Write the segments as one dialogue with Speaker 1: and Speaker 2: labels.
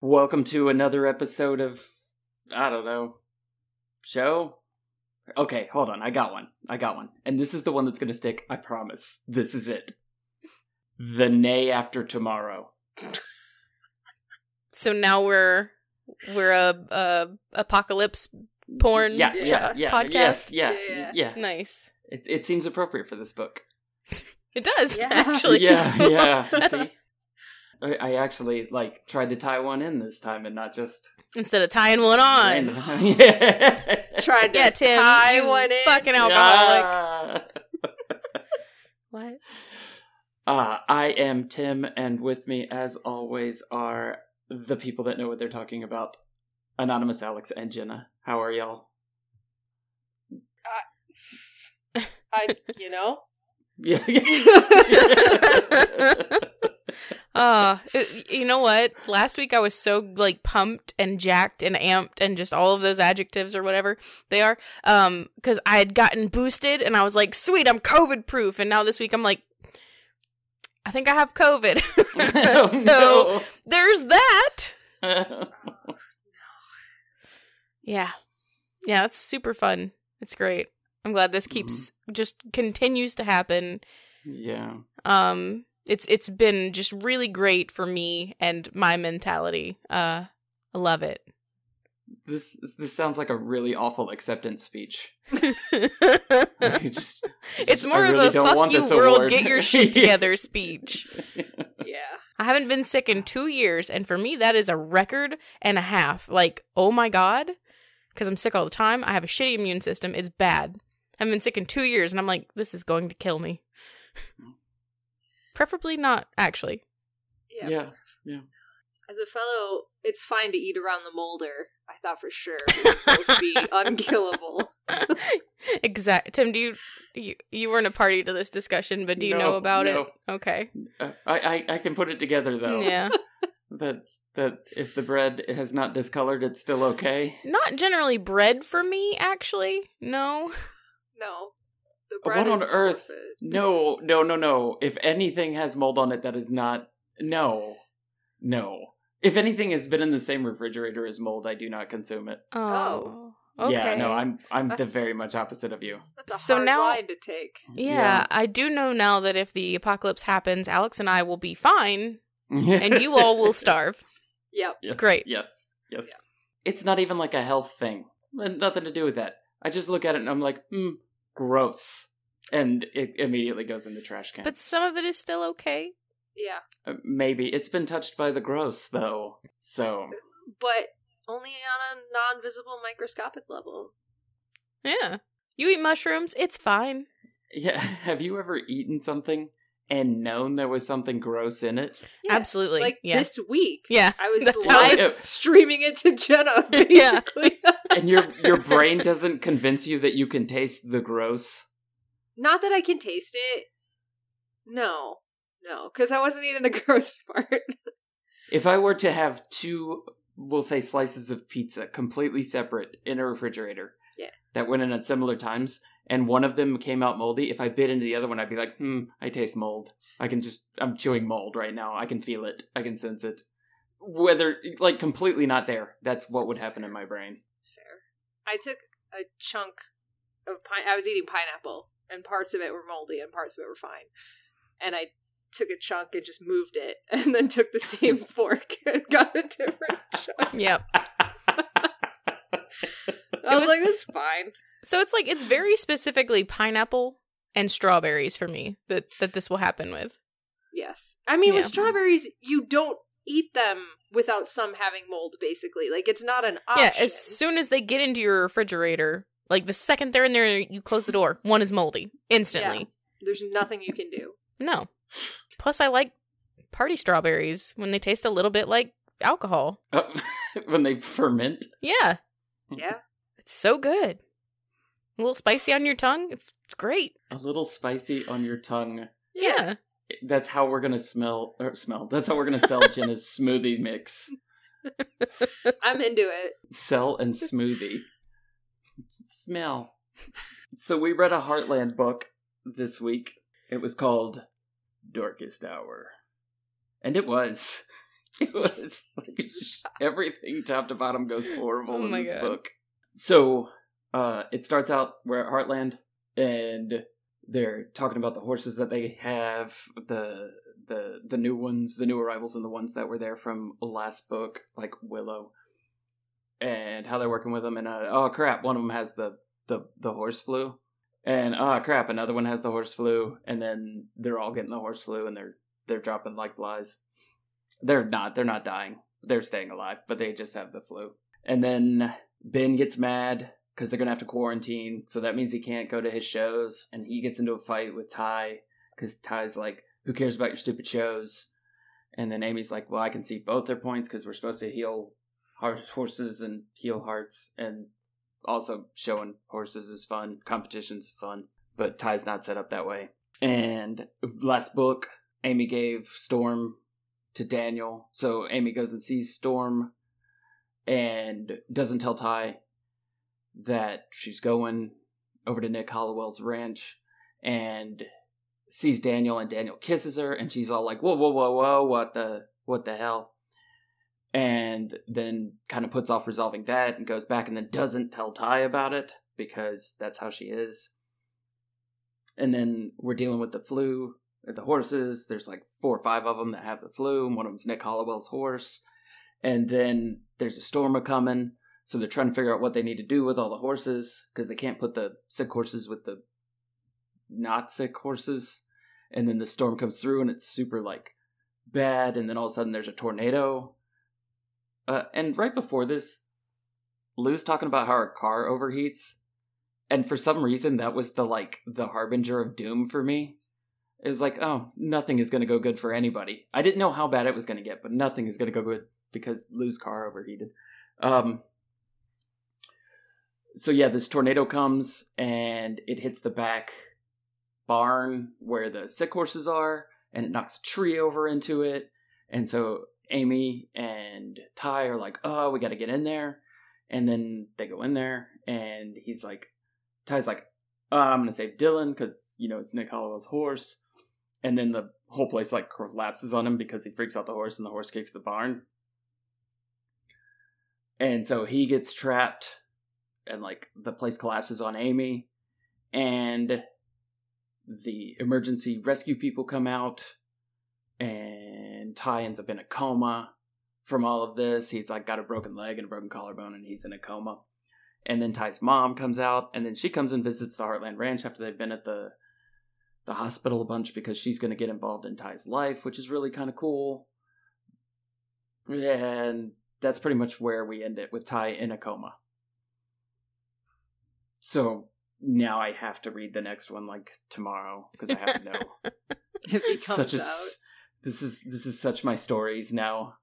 Speaker 1: Welcome to another episode of I don't know show. Okay, hold on. I got one. I got one. And this is the one that's going to stick. I promise. This is it. The nay after tomorrow.
Speaker 2: So now we're we're a, a apocalypse porn
Speaker 1: Yeah,
Speaker 2: sh-
Speaker 1: yeah, yeah.
Speaker 2: podcast.
Speaker 1: Yes, yeah. Yeah.
Speaker 3: Yeah.
Speaker 2: Nice.
Speaker 1: It it seems appropriate for this book.
Speaker 2: It does
Speaker 3: Yeah.
Speaker 2: actually.
Speaker 1: Yeah, yeah.
Speaker 2: That's-
Speaker 1: See? I, I actually like tried to tie one in this time and not just
Speaker 2: Instead of tying one on.
Speaker 1: random. yeah.
Speaker 3: Tried to
Speaker 2: Yeah, Tim.
Speaker 3: tie
Speaker 2: you
Speaker 3: one in.
Speaker 2: Fucking alcoholic.
Speaker 1: Ah.
Speaker 2: What?
Speaker 1: Uh, I am Tim, and with me, as always, are the people that know what they're talking about Anonymous Alex and Jenna. How are y'all?
Speaker 3: I, you know,
Speaker 1: Yeah.
Speaker 2: Oh, it- you know what? Last week I was so like pumped and jacked and amped and just all of those adjectives or whatever they are. Um, because I had gotten boosted and I was like, sweet, I'm COVID proof. And now this week I'm like, I think I have COVID.
Speaker 1: Oh,
Speaker 2: so there's that.
Speaker 1: no.
Speaker 2: Yeah. Yeah, it's super fun. It's great. I'm glad this keeps
Speaker 1: Mm-hmm.
Speaker 2: just continues to happen.
Speaker 1: yeah.
Speaker 2: Um it's it's been just really great for me and my mentality. Uh I love it.
Speaker 1: This this sounds like a really awful acceptance speech. I
Speaker 2: it's
Speaker 1: just, I
Speaker 2: more
Speaker 1: really
Speaker 2: of a
Speaker 1: don't
Speaker 2: fuck
Speaker 1: want
Speaker 2: you
Speaker 1: this
Speaker 2: world,
Speaker 1: award.
Speaker 2: get your shit
Speaker 1: Yeah.
Speaker 2: together speech.
Speaker 3: yeah.
Speaker 2: I haven't been sick in two years, and for me, that is a record and a half. Like, oh my God, because I'm sick all the time. I have a shitty immune system. It's bad. I've been sick in two years, and I'm like, this is going to kill me. Preferably not, actually.
Speaker 3: yeah,
Speaker 1: yeah.
Speaker 3: As a fellow, it's fine to eat around the molder. I thought for sure we would both be unkillable.
Speaker 2: exact. Tim, do you, you you weren't a party to this discussion, but do you
Speaker 1: No,
Speaker 2: know about
Speaker 1: no.
Speaker 2: it? Okay.
Speaker 1: Uh, I, I I can put it together though.
Speaker 2: Yeah.
Speaker 1: That that if the bread has not discolored, it's still okay.
Speaker 2: Not generally bread for me, actually. No.
Speaker 3: No, the
Speaker 1: What
Speaker 3: bread
Speaker 1: on
Speaker 3: is
Speaker 1: earth?
Speaker 3: forfeit.
Speaker 1: No, no, no, no. If anything has mold on it, that is not. No, no. If anything has been in the same refrigerator as mold, I do not consume it.
Speaker 2: Oh.
Speaker 3: Oh.
Speaker 2: Okay.
Speaker 1: Yeah, no, I'm I'm the
Speaker 3: That's-
Speaker 1: very much opposite of you.
Speaker 3: That's a
Speaker 2: So
Speaker 3: hard
Speaker 2: now-
Speaker 3: line to take.
Speaker 2: Yeah, I do know now that if the apocalypse happens, Alex and I will be fine
Speaker 1: Yeah.
Speaker 2: and you all will starve.
Speaker 3: Yep.
Speaker 2: Great.
Speaker 1: Yes, yes. It's not even like a health thing. N- Nothing to do with that. I just look at it and I'm like, hmm, gross, and it immediately goes in the trash can.
Speaker 2: But some of it is still okay.
Speaker 3: Yeah,
Speaker 1: Uh, maybe it's been touched by the gross though. So
Speaker 3: but only on a non-visible microscopic level.
Speaker 2: Yeah. You eat mushrooms, it's fine.
Speaker 1: Yeah, have you ever eaten something and known there was something gross in it?
Speaker 3: Yeah,
Speaker 2: Absolutely.
Speaker 3: Like
Speaker 2: yeah.
Speaker 3: this week,
Speaker 2: yeah.
Speaker 3: I was
Speaker 2: That's how
Speaker 3: live
Speaker 1: it-
Speaker 3: streaming it to Jenna.
Speaker 2: Yeah.
Speaker 3: Basically,
Speaker 1: And your your brain doesn't convince you that you can taste the gross.
Speaker 3: not that I can taste it. No, no, because I wasn't eating the gross part.
Speaker 1: If I were to have two, we'll say slices of pizza completely separate in a refrigerator,
Speaker 3: Yeah.
Speaker 1: that went in at similar times, and one of them came out moldy, if I bit into the other one, I'd be like, hmm, I taste mold. I can just I'm chewing mold right now. I can feel it. I can sense it. Whether like completely not there. That's what would happen in my brain.
Speaker 3: It's fair. I took a chunk of pine. I was eating pineapple, and parts of it were moldy, and parts of it were fine. And I took a chunk and just moved it, and then took the same fork and got a different chunk.
Speaker 2: Yep.
Speaker 3: I was,
Speaker 2: was-
Speaker 3: like, "That's fine."
Speaker 2: So it's like it's very specifically pineapple and strawberries for me that that this will happen with.
Speaker 3: Yes, I mean with
Speaker 2: Yeah.
Speaker 3: strawberries, you don't eat them without some having mold. Basically, like it's not an option.
Speaker 2: Yeah, as soon as they get into your refrigerator, like the second they're in there, you close the door. One is moldy instantly.
Speaker 3: There's nothing you can do.
Speaker 2: No. Plus, I like party strawberries when they taste a little bit like alcohol.
Speaker 1: Uh, when they ferment.
Speaker 2: Yeah. Mm.
Speaker 3: Yeah.
Speaker 2: It's so good. A little spicy on your tongue. It's great.
Speaker 1: A little spicy on your tongue.
Speaker 2: Yeah.
Speaker 1: That's how we're gonna smell or smell. That's how we're gonna sell Jenna's smoothie mix.
Speaker 3: I'm into it.
Speaker 1: Sell and smoothie. smell. So we read a Heartland book this week. It was called Darkest Hour. And it was. It was like everything top to bottom goes horrible
Speaker 2: Oh
Speaker 1: in
Speaker 2: my
Speaker 1: this
Speaker 2: God.
Speaker 1: book. So uh it starts out we're at Heartland and they're talking about the horses that they have, the the the new ones, the new arrivals and the ones that were there from last book, like Willow. And how they're working with them and uh, oh crap, one of them has the the the horse flu and ah crap another one has the horse flu and then they're all getting the horse flu and they're they're dropping like flies they're not they're not dying they're staying alive but they just have the flu and then ben gets mad because they're gonna have to quarantine so that means he can't go to his shows and he gets into a fight with ty because ty's like who cares about your stupid shows and then amy's like well i can see both their points because we're supposed to heal heart horses and heal hearts and also showing horses is fun, competition's fun, but Ty's not set up that way. And last book, Amy gave Storm to Daniel. So Amy goes and sees Storm and doesn't tell Ty that she's going over to Nick Hollowell's ranch and sees Daniel and Daniel kisses her and she's all like, Whoa, whoa, whoa, whoa, what the what the hell? and then kind of puts off resolving that and goes back and then doesn't tell Ty about it because that's how she is. And then we're dealing with the flu, the horses. There's like four or five of them that have the flu, and one of them's Nick Hollowell's horse. And then there's a storm a coming, so they're trying to figure out what they need to do with all the horses because they can't put the sick horses with the not sick horses. And then the storm comes through and it's super like bad, and then all of a sudden there's a tornado uh, and right before this, Lou's talking about how her car overheats, and for some reason that was the like the harbinger of doom for me. It was like, oh, nothing is going to go good for anybody. I didn't know how bad it was going to get, but nothing is going to go good because Lou's car overheated. Um. So yeah, this tornado comes and it hits the back barn where the sick horses are, and it knocks a tree over into it, and so Amy and Ty are like, "Oh, we got to get in there," and then they go in there, and he's like, "Ty's like, oh, I'm gonna save Dylan because you know it's Nick Hollowell's horse," and then the whole place like collapses on him because he freaks out the horse, and the horse kicks the barn, and so he gets trapped, and like the place collapses on Amy, and the emergency rescue people come out and Ty ends up in a coma from all of this. He's like got a broken leg and a broken collarbone, and he's in a coma. And then Ty's mom comes out, and then she comes and visits the Heartland Ranch after they've been at the the hospital a bunch because she's going to get involved in Ty's life, which is really kind of cool. And that's pretty much where we end it with Ty in a coma. So now I have to read the next one like tomorrow because I have to know
Speaker 3: If he comes
Speaker 1: such a
Speaker 3: out.
Speaker 1: s- this is this is such my stories now.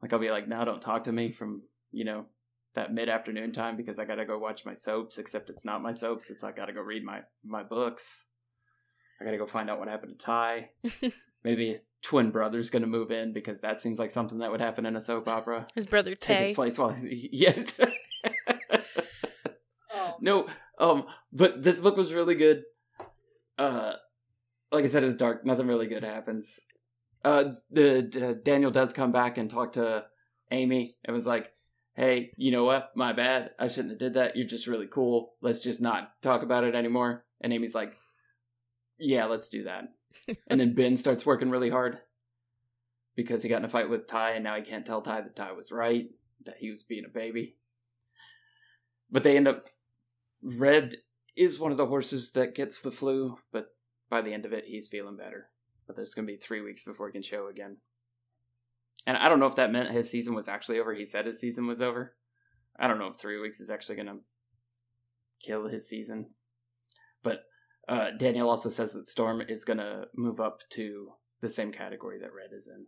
Speaker 1: Like I'll be like, now don't talk to me from you know that mid afternoon time because I gotta go watch my soaps. Except it's not my soaps. It's I gotta go read my my books. I gotta go find out what happened to Ty. Maybe his twin brother's gonna move in because that seems like something that would happen in a soap opera.
Speaker 2: His brother
Speaker 1: Take
Speaker 2: Tay.
Speaker 1: his place while he, yes.
Speaker 3: Oh.
Speaker 1: No, um, but this book was really good. Uh, like I said, it was dark. Nothing really good happens. Uh, the, the Daniel does come back and talk to Amy. It was like, hey, you know what? My bad. I shouldn't have did that. You're just really cool. Let's just not talk about it anymore. And Amy's like, yeah, let's do that. and then Ben starts working really hard because he got in a fight with Ty, and now he can't tell Ty that Ty was right, that he was being a baby. But they end up Red is one of the horses that gets the flu, but by the end of it, he's feeling better. But there's going to be three weeks before he can show again. And I don't know if that meant his season was actually over. He said his season was over. I don't know if three weeks is actually going to kill his season. But Uh, Daniel also says that Storm is going to move up to the same category that Red is in.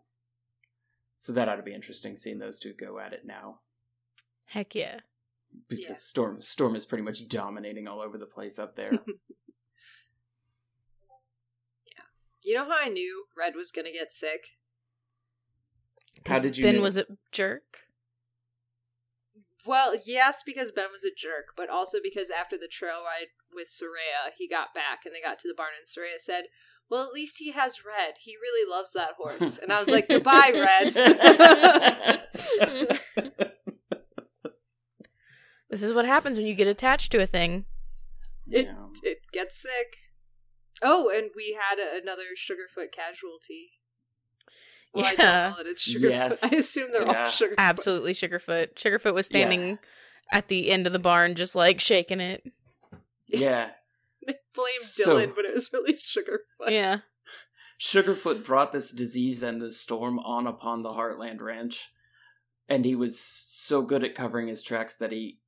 Speaker 1: So that ought to be interesting seeing those two go at it now
Speaker 2: Heck yeah.
Speaker 1: because
Speaker 3: Yeah.
Speaker 1: Storm Storm is pretty much dominating all over the place up there.
Speaker 3: You know how I knew Red was gonna get sick?
Speaker 1: How
Speaker 2: 'Cause
Speaker 1: did you
Speaker 2: Ben
Speaker 1: know-
Speaker 2: was a jerk.
Speaker 3: Well, yes, because Ben was a jerk, but also because after the trail ride with Soraya, he got back and they got to the barn, and Soraya said, "Well, at least he has Red. He really loves that horse." And I was like, "Goodbye, Red."
Speaker 2: This is what happens when you get attached to a thing.
Speaker 1: Yeah.
Speaker 3: it gets sick. Oh, and we had a, another Sugarfoot casualty. Well, I
Speaker 2: Yeah.
Speaker 3: don't call it it's Sugarfoot.
Speaker 1: Yes.
Speaker 3: I assume they're
Speaker 1: Yeah.
Speaker 3: all Sugarfoot.
Speaker 2: Absolutely, Sugarfoot. Sugarfoot was
Speaker 1: Yeah.
Speaker 2: standing at the end of the barn, just like shaking it.
Speaker 1: yeah.
Speaker 3: They blamed
Speaker 1: So-
Speaker 3: Dylan, but it was really Sugarfoot.
Speaker 2: Yeah.
Speaker 1: Sugarfoot brought this disease and this storm on upon the Heartland Ranch, and he was so good at covering his tracks that he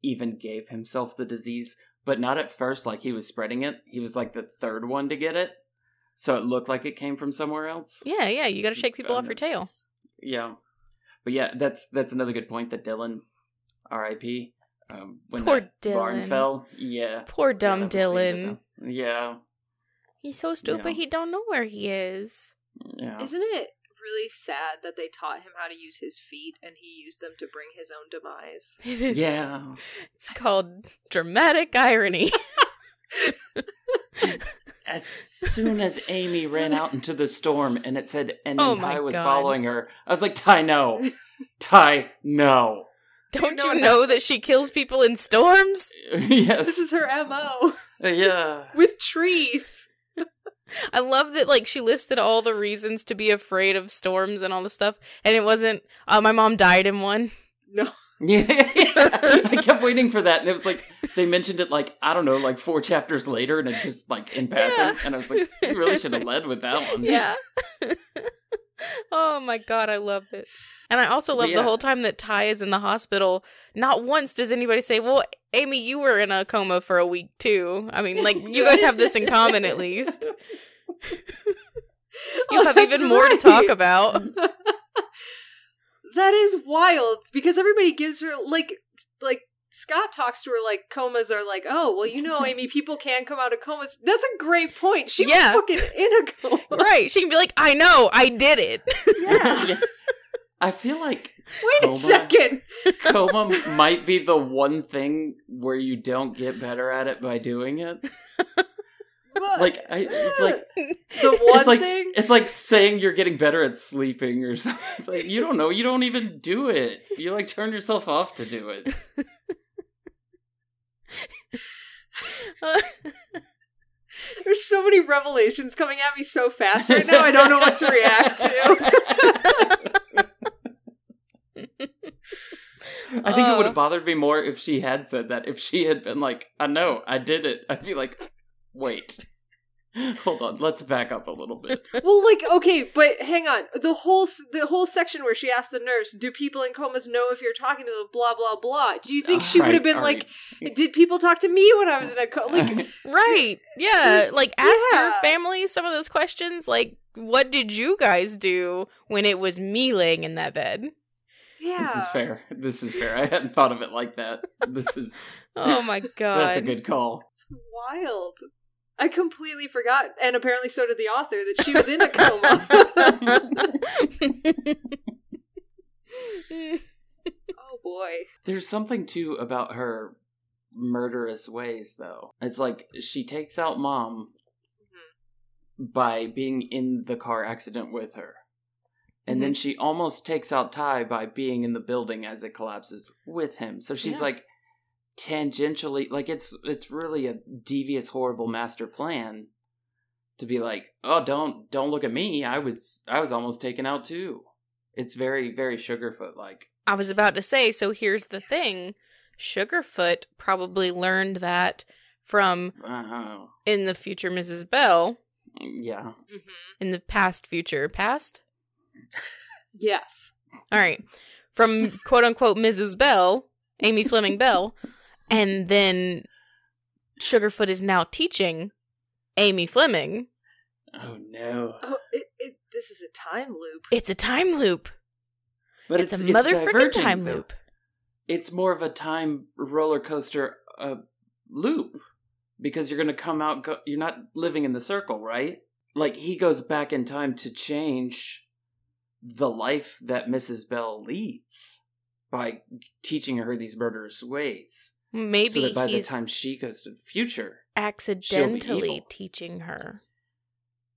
Speaker 1: even gave himself the disease, but not at first like he was spreading it. He was like the third one to get it, so it looked like it came from somewhere else.
Speaker 2: Yeah, yeah. You got to
Speaker 1: It's
Speaker 2: shake people off your
Speaker 1: venomous.
Speaker 2: tail.
Speaker 1: Yeah, but yeah, that's that's another good point that Dylan, R.I.P. Um, when
Speaker 2: Poor
Speaker 1: that barn
Speaker 2: Dylan.
Speaker 1: fell, yeah,
Speaker 2: Poor dumb
Speaker 1: Yeah, that was the
Speaker 2: Dylan.
Speaker 1: issue. Yeah,
Speaker 2: He's so stupid.
Speaker 1: Yeah.
Speaker 2: He don't know where he is.
Speaker 1: yeah.
Speaker 2: Oh.
Speaker 3: Isn't it really sad that they taught him how to use his feet and he used them to bring his own demise?
Speaker 2: It is.
Speaker 1: yeah,
Speaker 2: It's called dramatic irony.
Speaker 1: as soon as Amy ran out into the storm and it said, and then
Speaker 2: Oh my
Speaker 1: Ty was
Speaker 2: God.
Speaker 1: following her, I was like, Ty, no. Ty, no.
Speaker 2: Don't
Speaker 3: know
Speaker 2: you
Speaker 3: what
Speaker 2: know that she kills people in storms?
Speaker 1: yes.
Speaker 3: This is her MO
Speaker 1: Yeah.
Speaker 3: with trees.
Speaker 2: I love that like she listed all the reasons to be afraid of storms and all the stuff, and it wasn't. Uh, my mom died in one.
Speaker 3: No.
Speaker 1: Yeah. I kept waiting for that. And it was like, they mentioned it like, I don't know, like four chapters later. And it just like in passing.
Speaker 2: Yeah.
Speaker 1: And I was like, you really should have led with that one.
Speaker 2: Yeah. oh my god, I love it. And I also love
Speaker 1: Yeah.
Speaker 2: the whole time that Ty is in the hospital. Not once does anybody say, "Well, Amy, you were in a coma for a week too." I mean, like you guys have this in common at least. You
Speaker 3: Oh,
Speaker 2: have
Speaker 3: that's
Speaker 2: even more to
Speaker 3: right.
Speaker 2: talk about.
Speaker 3: That is wild because everybody gives her like like Scott talks to her like comas are like, oh well, you know, Amy, people can come out of comas. That's a great point. She
Speaker 2: Yeah.
Speaker 3: was fucking in a coma.
Speaker 2: Right? She can be like, "I know, I did it."
Speaker 3: Yeah.
Speaker 1: Yeah. I feel like
Speaker 3: Wait
Speaker 1: Coma.
Speaker 3: a second.
Speaker 1: coma might be the one thing where you don't get better at it by doing it.
Speaker 3: What?
Speaker 1: Like, I, it's like,
Speaker 3: the one
Speaker 1: it's like
Speaker 3: thing.
Speaker 1: it's like saying you're getting better at sleeping or something. It's like you don't know, you don't even do it. You like turn yourself off to do it.
Speaker 3: There's so many revelations coming at me so fast right now. I don't know what to react to.
Speaker 1: I think it would
Speaker 2: Uh.
Speaker 1: have bothered me more if she had said that. If she had been like, "I know, I did it," I'd be like, "Wait, hold on, let's back up a little bit."
Speaker 3: Well, like okay, but hang on. The whole s- the whole section where she asked the nurse, "Do people in comas know if you're talking to them?" Blah blah blah. Do you think she would have been like, "Did people talk to me when I was in a coma?" Like,
Speaker 2: Right. Yeah.
Speaker 3: Just-
Speaker 2: Like ask
Speaker 3: yeah.
Speaker 2: your family some of those questions. Like, what did you guys do when it was me laying in that bed?
Speaker 3: yeah,
Speaker 1: "This is fair. This is fair. I hadn't thought of it like that. This is
Speaker 2: Oh my god.
Speaker 1: that's a good call."
Speaker 3: it's wild. I completely forgot, and apparently so did the author that she was in a coma. oh boy,
Speaker 1: There's something too about her murderous ways, though. It's like she takes out mom by being in the car accident with her. And then she almost takes out Ty by being in the building as it collapses with him. So she's
Speaker 2: Yeah.
Speaker 1: like tangentially like it's it's really a devious horrible master plan to be like, "Oh, don't don't look at me. I was I was almost taken out too." It's very very Sugarfoot like.
Speaker 2: I was about to say, so here's the thing. Sugarfoot probably learned that from
Speaker 1: Uh-huh.
Speaker 2: in the future Mrs. Bell,
Speaker 1: Yeah.
Speaker 3: mm-hmm.
Speaker 2: in the past future, past?
Speaker 3: yes,
Speaker 2: All right. From quote unquote Mrs. Bell, Amy Fleming Bell, and then Sugarfoot is now teaching Amy Fleming.
Speaker 1: Oh no!
Speaker 3: Oh, it, it, this is a time loop.
Speaker 2: It's a time loop.
Speaker 1: But
Speaker 2: it's,
Speaker 1: it's,
Speaker 2: a
Speaker 1: it's
Speaker 2: motherfucking
Speaker 1: divergent,
Speaker 2: time
Speaker 1: though.
Speaker 2: loop.
Speaker 1: It's more of a time roller coaster uh, loop because you're going to come out. Go- you're not living in the circle, right? Like he goes back in time to change the life that Mrs. Bell leads by teaching her these murderous ways,
Speaker 2: Maybe
Speaker 1: so that by the
Speaker 2: he's
Speaker 1: time she goes to the future,
Speaker 2: accidentally
Speaker 1: evil.
Speaker 2: teaching her.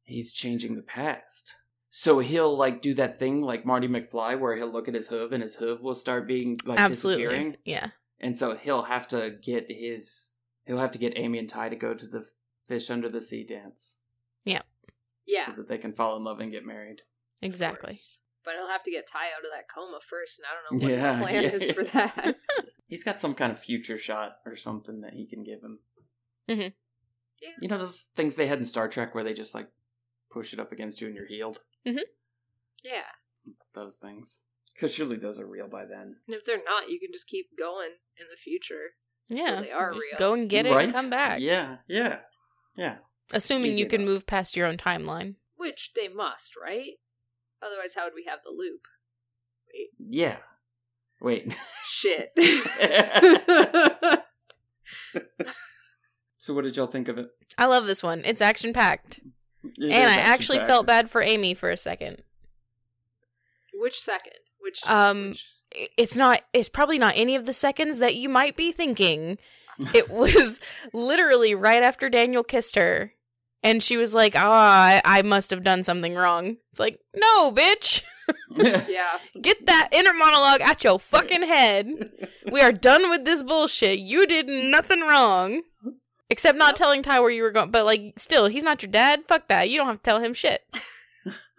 Speaker 1: he's changing the past. So he'll like do that thing like Marty McFly where he'll look at his hoof and his hoof will start being like disappearing.
Speaker 2: Absolutely. Yeah.
Speaker 1: And so he'll have to get his he'll have to get Amy and Ty to go to the fish under the sea dance
Speaker 3: Yeah,
Speaker 1: so that they can fall in love and get married.
Speaker 2: Exactly.
Speaker 3: but he'll have to get Ty out of that coma first, and I don't know what
Speaker 1: Yeah,
Speaker 3: his plan
Speaker 1: yeah,
Speaker 3: is
Speaker 1: yeah.
Speaker 3: for that.
Speaker 1: He's got some kind of future shot or something that he can give him.
Speaker 2: Mhm.
Speaker 3: Yeah.
Speaker 1: You know those things they had in Star Trek where they just like push it up against you and you're healed?
Speaker 3: yeah,
Speaker 1: Those things. Because surely those are real by then.
Speaker 3: and if they're not, you can just keep going in the future.
Speaker 2: Yeah.
Speaker 3: they are
Speaker 2: Just
Speaker 3: real.
Speaker 2: Go and get it
Speaker 1: Right?
Speaker 2: and come back.
Speaker 1: Yeah, yeah.
Speaker 2: Assuming
Speaker 1: Easy
Speaker 2: you can
Speaker 1: enough.
Speaker 2: move past your own timeline.
Speaker 3: Which they must, right? Otherwise, how would we have the loop?
Speaker 1: Yeah. Wait.
Speaker 3: Shit.
Speaker 1: so what did y'all think of it?
Speaker 2: I love this one. It's action packed.
Speaker 1: It is
Speaker 2: And I actually
Speaker 1: action-packed.
Speaker 2: felt bad for Amy for a second.
Speaker 3: Which second? Which
Speaker 2: Um,
Speaker 3: which-
Speaker 2: I- It's not it's probably not any of the seconds that you might be thinking. It was literally right after Daniel kissed her. And she was like, "Ah, I, I must have done something wrong." It's like, "No, bitch.
Speaker 3: Yeah.
Speaker 2: Get that inner monologue out your fucking head." we are done with this bullshit. You did nothing wrong. Except not
Speaker 3: Nope.
Speaker 2: telling Ty where you were going, but like, still, he's not your dad. Fuck that. You don't have to tell him shit.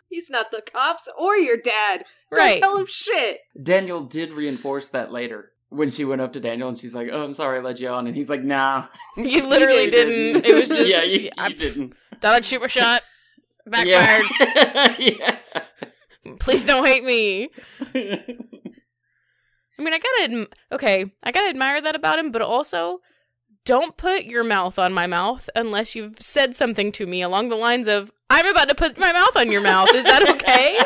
Speaker 3: He's not the cops or your dad.
Speaker 2: Right.
Speaker 3: Don't tell him shit.
Speaker 1: Daniel did reinforce that later when she went up to Daniel and she's like, "Oh, I'm sorry, I led you on," and he's like, "Nah,
Speaker 2: you literally
Speaker 1: you
Speaker 2: didn't. It was just,
Speaker 1: yeah, you, you
Speaker 2: I-
Speaker 1: didn't
Speaker 2: Thought I'd shoot my shot. Backfired.
Speaker 1: Yeah.
Speaker 2: Please don't hate me.
Speaker 1: yeah.
Speaker 2: I mean, I gotta, adm- okay, I gotta admire that about him, but also don't put your mouth on my mouth unless you've said something to me along the lines of, I'm about to put my mouth on your mouth. Is that okay?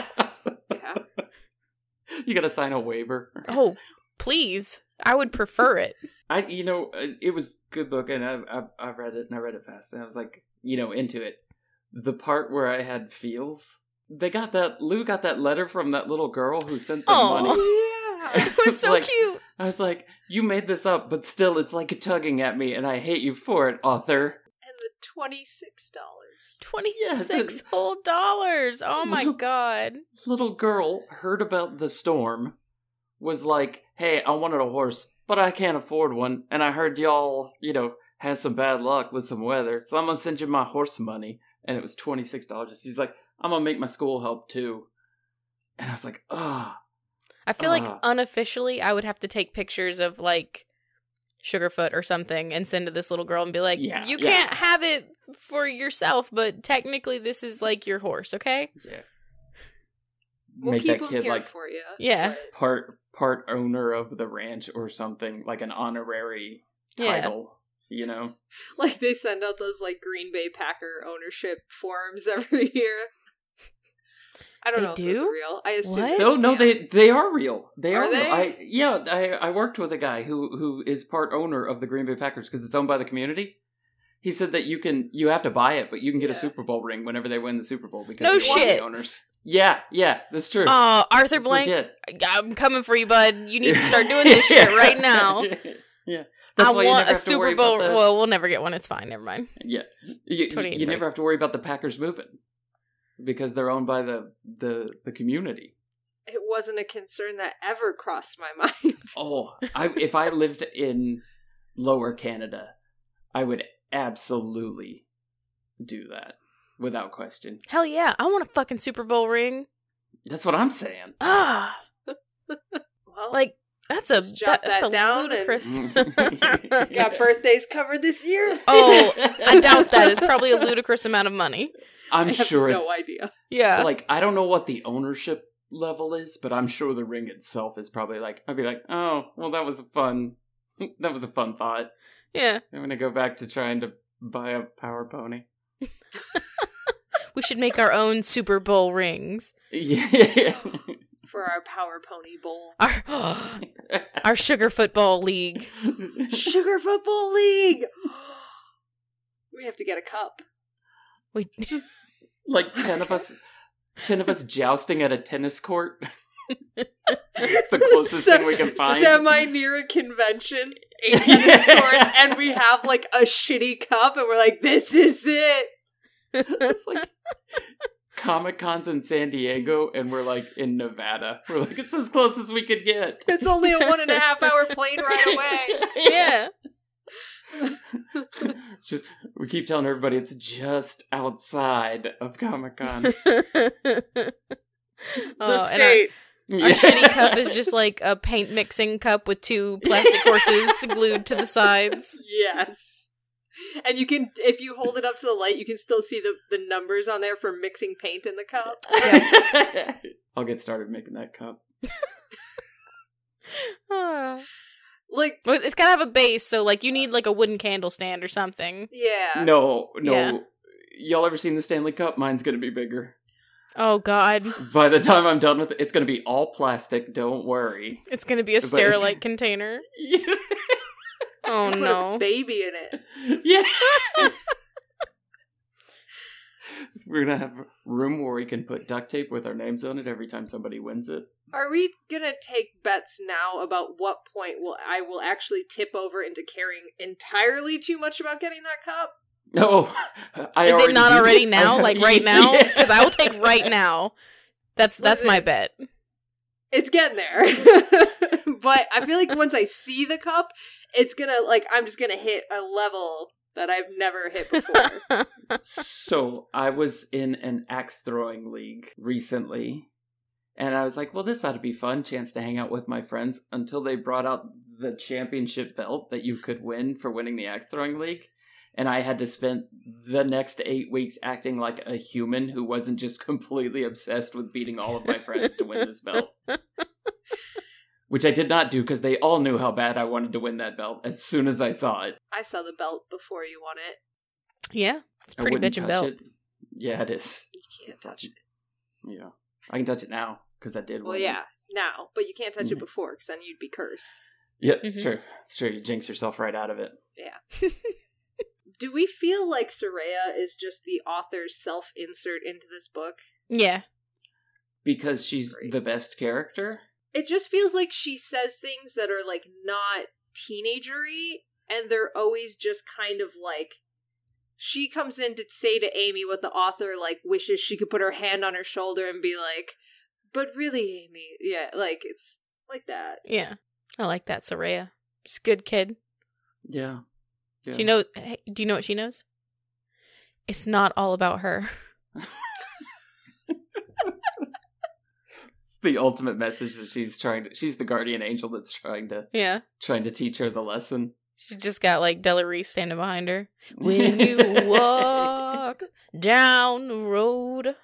Speaker 3: Yeah.
Speaker 1: you gotta sign a waiver.
Speaker 2: oh, please. I would prefer it.
Speaker 1: I you know uh, it was a good book and I, I I read it and I read it fast and I was like you know into it. The part where I had feels, they got that Lou got that letter from that little girl who sent them
Speaker 2: Aw.
Speaker 1: money.
Speaker 3: Oh, Yeah.
Speaker 2: It was so
Speaker 1: Like,
Speaker 2: cute.
Speaker 1: I was like, you made this up, but still, it's like tugging at me, and I hate you for it, author.
Speaker 3: And the twenty-six dollars.
Speaker 1: Yeah,
Speaker 2: 26
Speaker 1: the-
Speaker 2: whole dollars. Oh my
Speaker 1: Little-
Speaker 2: god.
Speaker 1: Little girl heard about the storm, was like, hey, I wanted a horse, but I can't afford one, and I heard y'all, you know, had some bad luck with some weather, so I'm gonna send you my horse money. And it was $26. She's like, I'm gonna make my school help too. And I was like, ah,
Speaker 2: I feel like
Speaker 1: Ah.
Speaker 2: unofficially I would have to take pictures of like Sugarfoot or something and send to this little girl and be like,
Speaker 1: Yeah,
Speaker 2: "You
Speaker 1: yeah.
Speaker 2: can't have it for yourself, but technically this is like your horse, okay?"
Speaker 1: yeah.
Speaker 3: We'll
Speaker 1: make
Speaker 3: keep
Speaker 1: that
Speaker 3: him
Speaker 1: kid
Speaker 3: here
Speaker 1: like
Speaker 3: for you.
Speaker 2: Yeah.
Speaker 3: but-
Speaker 1: part part owner of the ranch or something, like an honorary
Speaker 2: Yeah.
Speaker 1: title, you know?
Speaker 3: like they send out those like Green Bay Packer ownership forms every year. I don't
Speaker 2: They
Speaker 3: know if those
Speaker 2: do?
Speaker 3: are real. I assume
Speaker 2: What?
Speaker 3: they're
Speaker 1: No, no,
Speaker 3: scam.
Speaker 1: they they are real. They
Speaker 3: Are
Speaker 1: are,
Speaker 3: they?
Speaker 1: real. I yeah, I I worked with a guy who who is part owner of the Green Bay Packers because it's owned by the community. He said that you can you have to buy it, but you can get
Speaker 3: Yeah.
Speaker 1: a Super Bowl ring whenever they win the Super Bowl because
Speaker 2: No
Speaker 1: they want the
Speaker 2: shit.
Speaker 1: owners. Yeah, yeah, that's true.
Speaker 2: Oh, Arthur
Speaker 1: It's
Speaker 2: Blank,
Speaker 1: legit.
Speaker 2: I'm coming for you, bud. You need to start doing this shit right now.
Speaker 1: yeah, that's
Speaker 2: I
Speaker 1: why you never
Speaker 2: want a
Speaker 1: have to worry
Speaker 2: Super
Speaker 1: about
Speaker 2: Bowl.
Speaker 1: the-
Speaker 2: Well, we'll never get one. It's fine. Never mind.
Speaker 1: Yeah, you, you,
Speaker 2: 28,
Speaker 1: you never have to worry about the Packers moving because they're owned by the the the community.
Speaker 3: It wasn't a concern that ever crossed my mind.
Speaker 1: Oh, I, if I lived in Lower Canada, I would absolutely do that without question.
Speaker 2: Hell yeah. I want a fucking Super Bowl ring.
Speaker 1: That's what I'm saying.
Speaker 2: Ah.
Speaker 3: Well,
Speaker 2: Like that's a
Speaker 3: Just jot
Speaker 2: that, that's
Speaker 3: that
Speaker 2: a
Speaker 3: down and-
Speaker 2: ludicrous.
Speaker 3: got birthdays covered this year.
Speaker 2: oh, I doubt that. It's probably a ludicrous amount of money.
Speaker 1: I'm
Speaker 3: I have
Speaker 1: sure
Speaker 3: no
Speaker 1: it's
Speaker 3: idea.
Speaker 2: Yeah,
Speaker 1: like I don't know what the ownership level is, but I'm sure the ring itself is probably like I'd be like, oh, well, that was a fun, that was a fun thought.
Speaker 2: yeah.
Speaker 1: I'm gonna go back to trying to buy a power pony.
Speaker 2: We should make our own Super Bowl rings.
Speaker 1: Yeah.
Speaker 3: for our Power Pony Bowl.
Speaker 2: Our our sugar football league.
Speaker 3: Sugar Football League! We have to get a cup.
Speaker 2: We
Speaker 1: It's just like ten of us, ten of us jousting at a tennis court. That's the closest
Speaker 3: Se-
Speaker 1: thing we can find.
Speaker 3: Semi near a convention, a tennis
Speaker 1: Yeah.
Speaker 3: court, and we have like a shitty cup, and we're like, this is it.
Speaker 1: it's like Comic Cons in San Diego, and we're like in Nevada. We're like it's as close as we could get.
Speaker 3: It's only a one and a half hour plane ride away.
Speaker 2: yeah.
Speaker 1: just we keep telling everybody it's just outside of Comic Con.
Speaker 2: Oh,
Speaker 3: the
Speaker 2: and our-
Speaker 3: state.
Speaker 2: Our shitty cup is just like a paint mixing cup with two plastic horses glued to the sides.
Speaker 3: Yes. And you can, if you hold it up to the light, you can still see the, the numbers on there for mixing paint in the cup.
Speaker 1: I'll get started making that cup.
Speaker 2: Ah.
Speaker 3: Like,
Speaker 2: Well, it's gotta have a base, so like you need like a wooden candle stand or something.
Speaker 3: Uh, yeah.
Speaker 1: No, no.
Speaker 2: Yeah.
Speaker 1: Y'all ever seen the Stanley Cup? Mine's gonna be bigger.
Speaker 2: Oh God,
Speaker 1: By the time I'm done with it, it's gonna be all plastic. Don't worry.
Speaker 2: it's gonna be a
Speaker 1: But-
Speaker 2: sterilite container. Oh
Speaker 3: Put
Speaker 2: no.
Speaker 3: a baby in it.
Speaker 1: yeah. We're gonna have a room where we can put duct tape with our names on it every time somebody wins it.
Speaker 3: Are we gonna take bets now about what point will I will actually tip over into caring entirely too much about getting that cup?
Speaker 1: No, Oh, I
Speaker 2: Is it not
Speaker 1: did.
Speaker 2: already
Speaker 1: I
Speaker 2: now? Like right
Speaker 1: already-
Speaker 2: now?
Speaker 1: Yeah.
Speaker 2: Because I will take right now. That's
Speaker 3: What
Speaker 2: that's
Speaker 3: is
Speaker 2: my
Speaker 3: it?
Speaker 2: bet.
Speaker 3: It's getting there. but I feel like once I see the cup, it's gonna like I'm just gonna hit a level that I've never hit before.
Speaker 1: so I was in an axe throwing league recently, and I was like, "Well, this ought to be fun. Chance to hang out with my friends." Until they brought out the championship belt that you could win for winning the axe throwing league, and I had to spend the next eight weeks acting like a human who wasn't just completely obsessed with beating all of my friends to win this belt. Which I did not do because they all knew how bad I wanted to win that belt as soon as I saw it.
Speaker 3: I saw the belt before you won it.
Speaker 2: yeah, it's
Speaker 1: I
Speaker 2: pretty
Speaker 1: wouldn't
Speaker 2: bitchin'
Speaker 1: touch
Speaker 2: belt.
Speaker 1: it. Yeah, it is.
Speaker 3: You can't touch it.
Speaker 1: Yeah, I can touch it now because I did.
Speaker 3: Well
Speaker 1: win.
Speaker 3: yeah, now. But you can't touch
Speaker 1: Mhm.
Speaker 3: it before because then you'd be cursed.
Speaker 1: yeah, it's
Speaker 2: Mhm.
Speaker 1: true. It's true. You jinx yourself right out of it.
Speaker 3: Do we feel like Soraya is just the author's self insert into this book?
Speaker 2: Yeah,
Speaker 1: because she's
Speaker 3: Great.
Speaker 1: the best character.
Speaker 3: it just feels like she says things that are like not teenagery and they're always just kind of like she comes in to say to Amy what the author like wishes she could put her hand on her shoulder and be like, "But really, Amy, yeah, like it's like that."
Speaker 2: yeah. I like that Soraya. She's a good kid.
Speaker 1: Yeah, yeah.
Speaker 2: She knows. Hey, do you know what she knows? It's not all about her.
Speaker 1: it's the ultimate message that she's trying to. She's the guardian angel that's trying to
Speaker 2: Yeah,
Speaker 1: trying to teach her the lesson.
Speaker 2: she just got like Della Reese standing behind her. When you walk down the road,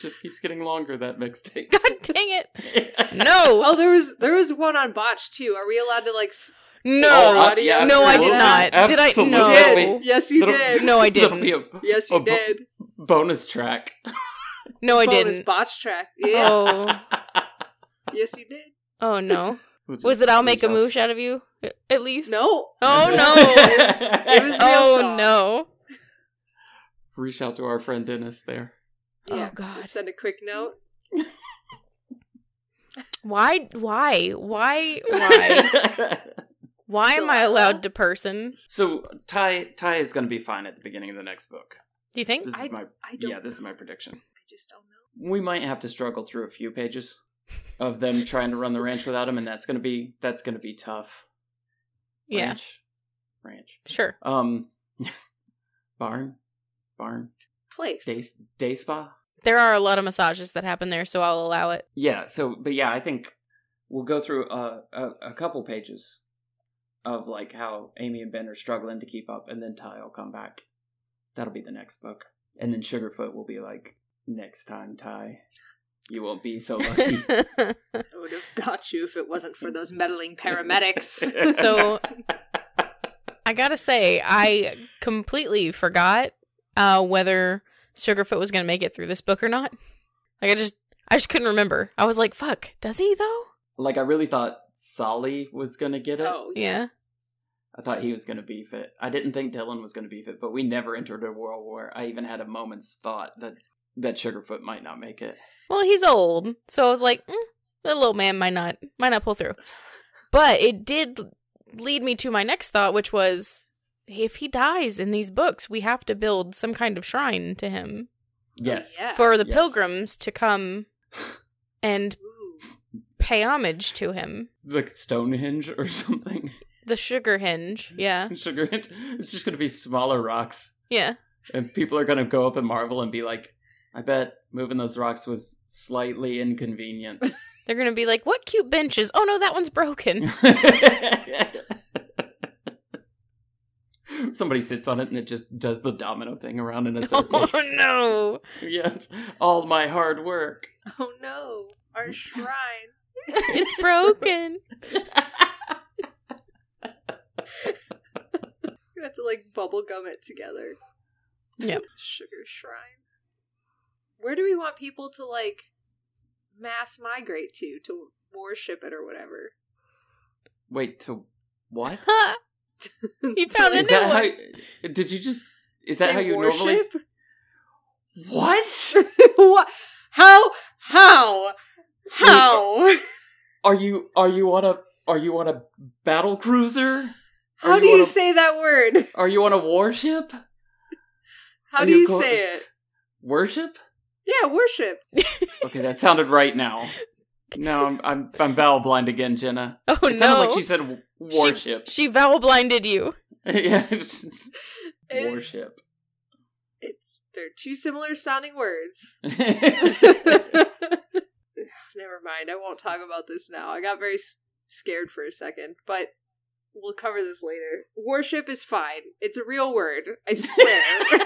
Speaker 1: just keeps getting longer that mixtape.
Speaker 2: God dang it! No,
Speaker 3: Oh, there was there was one on botch too. Are we allowed to like? s-
Speaker 1: Oh,
Speaker 2: no,
Speaker 1: uh, yeah,
Speaker 2: no, I did
Speaker 1: absolutely.
Speaker 2: not. Did I?
Speaker 1: Absolutely.
Speaker 3: You
Speaker 2: No,
Speaker 3: did. Yes, you did.
Speaker 2: No, Oh, I
Speaker 1: that'll be a-
Speaker 3: Yes,
Speaker 1: a
Speaker 3: you
Speaker 1: bo-
Speaker 3: did.
Speaker 1: bonus track.
Speaker 2: no, I
Speaker 3: Bonus
Speaker 2: didn't.
Speaker 3: botch track. Yeah.
Speaker 2: Oh,
Speaker 3: yes, you did.
Speaker 2: oh no. Was it I'll make a moosh out of you? At least.
Speaker 3: No.
Speaker 2: Oh no.
Speaker 3: It was- it was real
Speaker 2: oh
Speaker 3: song.
Speaker 2: no.
Speaker 1: Reach out to our friend Dennis there.
Speaker 2: Oh,
Speaker 3: Yeah.
Speaker 2: God.
Speaker 3: Just send a quick note.
Speaker 2: Why? Why? Why? Why? Why am I allowed to person?
Speaker 1: so Ty Ty is going to be fine at the beginning of the next book.
Speaker 2: Do you think?
Speaker 1: This is my
Speaker 3: I don't.
Speaker 1: yeah, this is my prediction.
Speaker 3: I just don't know.
Speaker 1: We might have to struggle through a few pages of them trying to run the ranch without him, and that's going to be that's going to be tough.
Speaker 2: Yeah.
Speaker 1: Ranch, ranch,
Speaker 2: Sure.
Speaker 1: um, barn, barn,
Speaker 3: Place.
Speaker 1: day day spa.
Speaker 2: There are a lot of massages that happen there, so I'll allow it.
Speaker 1: Yeah. So, but yeah, I think we'll go through a a, a couple pages of like how Amy and Ben are struggling to keep up, and then Ty will come back. That'll be the next book, and then Sugarfoot will be like, next time, Ty, you won't be so lucky.
Speaker 3: I would have got you if it wasn't for those meddling paramedics.
Speaker 2: So- I gotta say, I completely forgot uh, whether Sugarfoot was going to make it through this book or not. Like I just, I just couldn't remember. I was like, "Fuck, does he though?"
Speaker 1: Like I really thought Solly was gonna get it.
Speaker 3: Oh,
Speaker 2: Yeah.
Speaker 1: I thought he was gonna beef it. I didn't think Dylan was gonna beef it, but we never entered a world where I even had a moment's thought that that Sugarfoot might not make it.
Speaker 2: Well, he's old, so I was like, mm, the little man might not might not pull through. But it did lead me to my next thought, which was, if he dies in these books, we have to build some kind of shrine to him
Speaker 1: Yes.
Speaker 3: yeah.
Speaker 2: for the
Speaker 1: Yes.
Speaker 2: pilgrims to come and
Speaker 3: Ooh.
Speaker 2: pay homage to him.
Speaker 1: Like Stonehenge or something.
Speaker 2: The sugar hinge, yeah,
Speaker 1: Sugar it's just gonna be smaller rocks
Speaker 2: yeah.
Speaker 1: and people are gonna go up and marvel and be like, I bet moving those rocks was slightly inconvenient.
Speaker 2: They're gonna be like, "What cute benches? Oh no, that one's broken."
Speaker 1: Somebody sits on it and it just does the domino thing around in a circle.
Speaker 2: oh no.
Speaker 1: yes, all my hard work.
Speaker 3: Oh no, our shrine.
Speaker 2: It's broken.
Speaker 3: You have to like bubble gum it together.
Speaker 2: Yep.
Speaker 3: Sugar shrine. Where do we want people to like mass migrate to to worship it or whatever?
Speaker 1: Wait, to what?
Speaker 2: Oh, You found
Speaker 3: To
Speaker 2: a
Speaker 1: Is
Speaker 2: new
Speaker 1: that
Speaker 2: one.
Speaker 1: how? Did you just? Is that
Speaker 3: say
Speaker 1: how you normally?
Speaker 3: worship?
Speaker 1: What
Speaker 3: what? How? How? How?
Speaker 1: are you? Are you on a? Are you on a battle cruiser?
Speaker 3: How
Speaker 1: you
Speaker 3: do you
Speaker 1: wanna-
Speaker 3: say that word?
Speaker 1: Are you on a warship?
Speaker 3: How
Speaker 1: Are
Speaker 3: do you
Speaker 1: go-
Speaker 3: say it?
Speaker 1: Worship?
Speaker 3: Yeah, worship.
Speaker 1: Okay, that sounded right now. No, I'm I'm, I'm vowel blind again, Jenna.
Speaker 2: Oh
Speaker 1: It sounded
Speaker 2: no.
Speaker 1: like she said w- warship.
Speaker 2: she vowel blinded you.
Speaker 1: yeah, it's just-
Speaker 3: It-
Speaker 1: warship.
Speaker 3: It's they're two similar sounding words.
Speaker 1: I
Speaker 3: Never mind. I won't talk about this now. I got very s- scared for a second, but we'll cover this later. Worship is fine. It's a real word. I swear.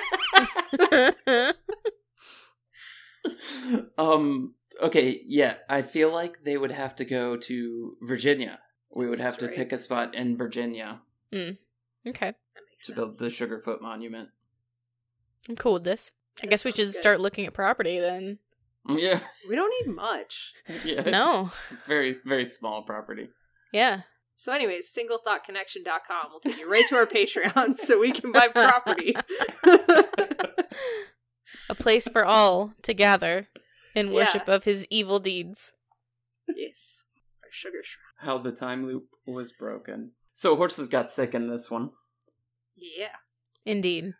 Speaker 1: um. Okay. Yeah, I feel like they would have to go to Virginia. We would have to
Speaker 3: Right.
Speaker 1: pick a spot in Virginia
Speaker 2: okay.
Speaker 3: That makes
Speaker 1: to build the
Speaker 3: sense.
Speaker 1: Sugarfoot Monument.
Speaker 2: I'm cool with this. I
Speaker 3: That
Speaker 2: guess we should
Speaker 3: sounds good.
Speaker 2: start looking at property then.
Speaker 1: Yeah.
Speaker 3: We don't need much.
Speaker 1: yeah
Speaker 2: No.
Speaker 1: it's Very very small property.
Speaker 2: Yeah.
Speaker 3: So, anyways, singlethoughtconnection.com will take you right to our Patreon so we can buy property.
Speaker 2: A place for all to gather in
Speaker 3: Yeah.
Speaker 2: worship of his evil deeds.
Speaker 3: yes. Our sugar shrine.
Speaker 1: How the time loop was broken. So horses got sick in this one.
Speaker 3: Yeah.
Speaker 2: Indeed.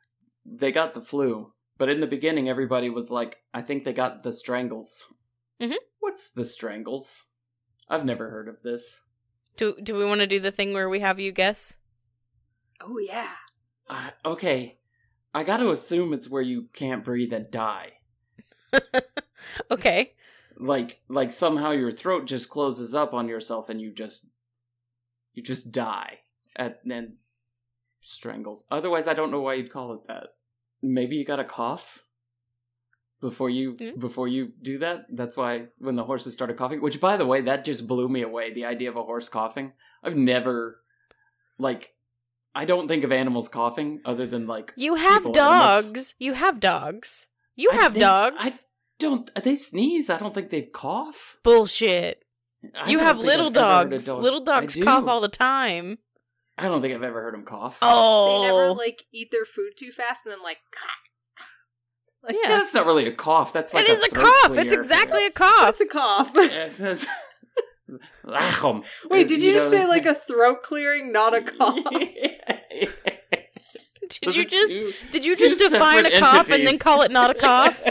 Speaker 1: They got the flu, but in the beginning, everybody was like, "I think they got the strangles."
Speaker 2: Mhm.
Speaker 1: What's the strangles? I've never heard of this.
Speaker 2: Do do we want to do the thing where we have you guess?
Speaker 3: Oh, yeah.
Speaker 1: Uh, okay, I got to assume it's where you can't breathe and die.
Speaker 2: Okay.
Speaker 1: Like, like somehow your throat just closes up on yourself and you just, you just die, and then strangles. Otherwise, I don't know why you'd call it that. Maybe you got a cough before you
Speaker 2: Mm.
Speaker 1: before you do that. That's why when the horses started coughing, which by the way, that just blew me away. The idea of a horse coughing. I've never, like, I don't think of animals coughing other than like
Speaker 2: You have
Speaker 1: People,
Speaker 2: dogs.
Speaker 1: unless-
Speaker 2: You have dogs. You
Speaker 1: I
Speaker 2: have
Speaker 1: think-
Speaker 2: dogs.
Speaker 1: I don't. They sneeze. I don't think they cough.
Speaker 2: Bullshit.
Speaker 1: I
Speaker 2: you
Speaker 1: don't
Speaker 2: have
Speaker 1: think
Speaker 2: little
Speaker 1: I've ever heard a
Speaker 2: dogs.
Speaker 1: dog-
Speaker 2: Little dogs
Speaker 1: I do.
Speaker 2: cough all the time.
Speaker 1: I don't think I've ever heard them cough.
Speaker 2: Oh.
Speaker 3: They never, like, eat their food too fast and then, like, like
Speaker 2: Yeah.
Speaker 1: that's not really a cough. That's like
Speaker 2: it is a
Speaker 1: throat
Speaker 2: cough.
Speaker 1: clear.
Speaker 2: It's exactly a
Speaker 3: That's
Speaker 2: cough.
Speaker 3: a cough.
Speaker 1: Yes, that's- Lachem.
Speaker 3: Wait, did you, just
Speaker 1: know-
Speaker 3: say like a throat clearing, not a cough?
Speaker 2: Did
Speaker 1: Those
Speaker 2: you
Speaker 1: are
Speaker 2: just
Speaker 1: two-
Speaker 2: did you
Speaker 1: two
Speaker 2: just define
Speaker 1: separate
Speaker 2: a cough and then
Speaker 1: entities.
Speaker 2: call it not a cough?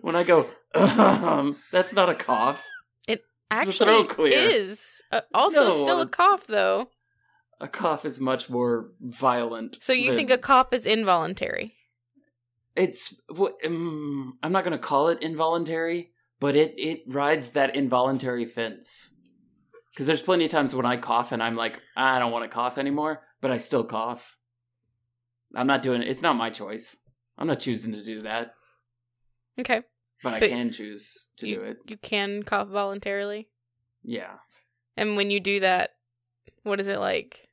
Speaker 1: when I go, um, that's not a cough. It's a
Speaker 2: Actually,
Speaker 1: throat
Speaker 2: it
Speaker 1: clear.
Speaker 2: is uh, also
Speaker 1: No,
Speaker 2: still a
Speaker 1: it's-
Speaker 2: cough though.
Speaker 1: A cough is much more violent.
Speaker 2: So you
Speaker 1: than-
Speaker 2: think a cough is involuntary?
Speaker 1: it's wh- mm, i'm not going to call it involuntary but it it rides that involuntary fence because there's plenty of times when i cough and i'm like "Ah, i don't want to cough anymore but i still cough i'm not doing it it's not my choice i'm not choosing to do that
Speaker 2: Okay,
Speaker 1: but i
Speaker 2: But
Speaker 1: can choose to
Speaker 2: you,
Speaker 1: do it
Speaker 2: you can cough voluntarily,
Speaker 1: yeah
Speaker 2: and when you do that, what is it like?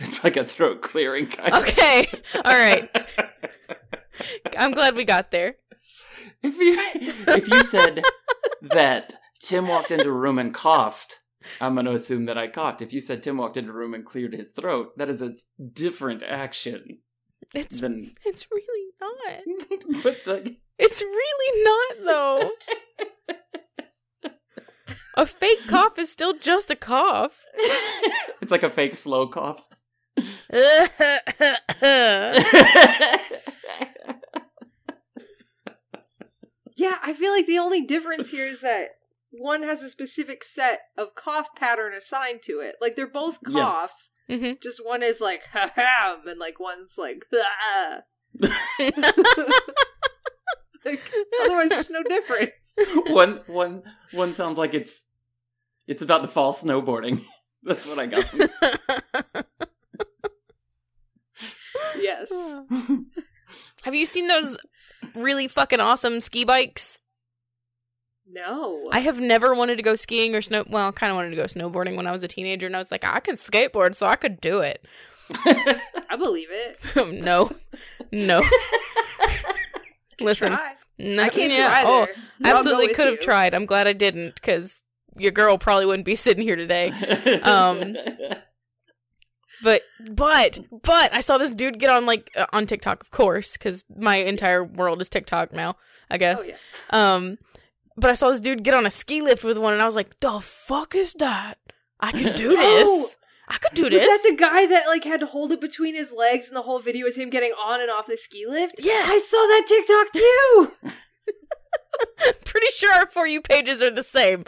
Speaker 1: It's like a throat clearing kind of.
Speaker 2: Okay. All right. I'm glad we got there.
Speaker 1: If you if you said that Tim walked into a room and coughed, I'm gonna assume that I coughed. If you said Tim walked into a room and cleared his throat, that is a different action
Speaker 2: It's
Speaker 1: than
Speaker 2: it's really not.
Speaker 1: but the,
Speaker 2: It's really not though. a fake cough is still just a cough.
Speaker 1: it's like a fake slow cough.
Speaker 2: I
Speaker 3: Yeah, I feel like the only difference here is that one has a specific set of cough pattern assigned to it. Like they're both
Speaker 1: Yeah.
Speaker 3: coughs.
Speaker 2: Mhm.
Speaker 3: Just one is like ha ha and like one's like ah. like, otherwise there's no difference.
Speaker 1: one one one sounds like it's it's about the fall snowboarding. That's what I got. From
Speaker 3: Yes.
Speaker 2: Have you seen those really fucking awesome ski bikes?
Speaker 3: No.
Speaker 2: I have never wanted to go skiing or snow. Well, kind of wanted to go snowboarding when I was a teenager, and I was like, I can skateboard, so I could do it. Oh,
Speaker 3: I believe it.
Speaker 2: no, no. Listen,
Speaker 3: Try.
Speaker 2: no,
Speaker 3: I can't
Speaker 2: yeah,
Speaker 3: try
Speaker 2: oh,
Speaker 3: either. I'll go
Speaker 2: absolutely
Speaker 3: with
Speaker 2: could have
Speaker 3: you.
Speaker 2: tried. I'm glad I didn't because your girl probably wouldn't be sitting here today. Um, But but but I saw this dude get on like uh, on TikTok, of course, because my entire world is TikTok now. I guess.
Speaker 3: Oh yeah.
Speaker 2: Um, but I saw this dude get on a ski lift with one, and I was like, "The fuck is that? I could do
Speaker 3: Oh!
Speaker 2: this. I could do
Speaker 3: Was
Speaker 2: this."
Speaker 3: that the guy that like had to hold it between his legs and the whole video is him getting on and off the ski lift?
Speaker 2: yes,
Speaker 3: I saw that TikTok too.
Speaker 2: pretty sure our for you pages are the same.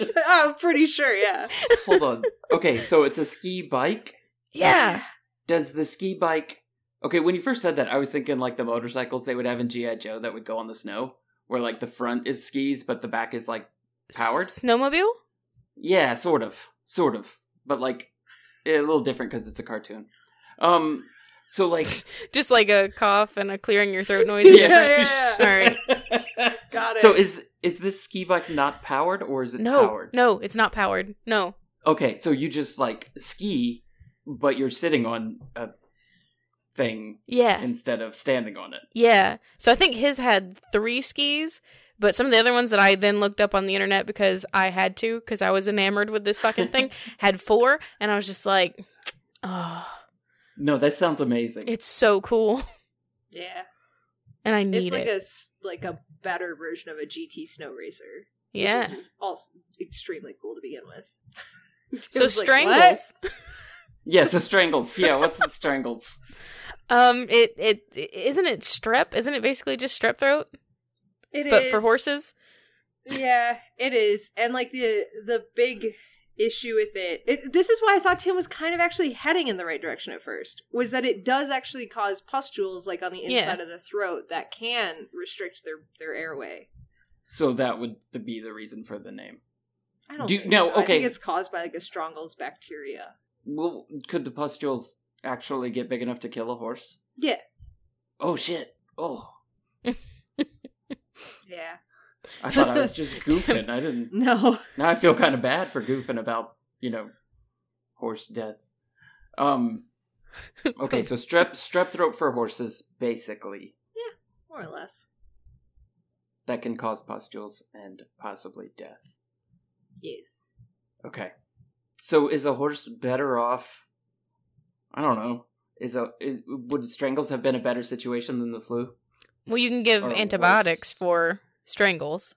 Speaker 3: I'm pretty sure, yeah.
Speaker 1: Hold on. Okay, so it's a ski bike.
Speaker 2: Yeah,
Speaker 1: Does the ski bike? Okay, when you first said that, I was thinking like the motorcycles they would have in GI Joe that would go on the snow, where like the front is skis but the back is like Powered?
Speaker 2: snowmobile.
Speaker 1: yeah, sort of, sort of, but like eh, a little different because it's a cartoon. Um, so like
Speaker 2: Just like a cough and a clearing your throat noise.
Speaker 1: Yes.
Speaker 3: Yeah, yeah, yeah.
Speaker 2: All right.
Speaker 3: Got it.
Speaker 1: So is is this ski bike not powered or is it
Speaker 2: No,
Speaker 1: powered?
Speaker 2: no, it's not powered. No,
Speaker 1: Okay, so you just like ski, but you're sitting on a thing
Speaker 2: yeah,
Speaker 1: instead of standing on it.
Speaker 2: yeah. So I think his had three skis. But some of the other ones that I then looked up on the internet because I had to, because I was enamored with this fucking thing, had four, and I was just like, oh,
Speaker 1: No, that sounds amazing.
Speaker 2: It's so cool,
Speaker 3: yeah.
Speaker 2: and I
Speaker 3: It's
Speaker 2: need
Speaker 3: like
Speaker 2: it.
Speaker 3: a s a like a better version of a GT snow racer.
Speaker 2: yeah.
Speaker 3: Which is also extremely cool to begin with. It
Speaker 2: So
Speaker 3: was like,
Speaker 2: strangles.
Speaker 1: Yeah, so strangles. Yeah, what's the strangles?
Speaker 2: um, it, it it isn't it strep. Isn't it basically just strep throat,
Speaker 3: what? It
Speaker 2: but for
Speaker 3: is-
Speaker 2: horses?
Speaker 3: Yeah, it is. And like the the big issue with it, it this is why I thought Tim was kind of actually heading in the right direction at first, was that it does actually cause pustules like on the
Speaker 2: Yeah.
Speaker 3: inside of the throat that can restrict their their airway.
Speaker 1: So that would be the reason for the name.
Speaker 3: I don't
Speaker 1: Do-
Speaker 3: think
Speaker 1: no,
Speaker 3: so. I
Speaker 1: okay.
Speaker 3: think it's caused by like a strongles bacteria.
Speaker 1: Well, could the pustules actually get big enough to kill a horse?
Speaker 3: Yeah.
Speaker 1: Oh shit. Oh,
Speaker 3: Yeah.
Speaker 1: I thought I was just goofing. I didn't.
Speaker 3: No.
Speaker 1: Now I feel kind of bad for goofing about you know horse death. Um. Okay, so strep strep throat for horses basically
Speaker 3: More or less.
Speaker 1: that can cause pustules and possibly death.
Speaker 3: Yes.
Speaker 1: Okay. So is a horse better off? I don't know. Is a is would strangles have been a better situation than the flu?
Speaker 2: Well, you can give
Speaker 1: Or
Speaker 2: antibiotics
Speaker 1: worse.
Speaker 2: for strangles,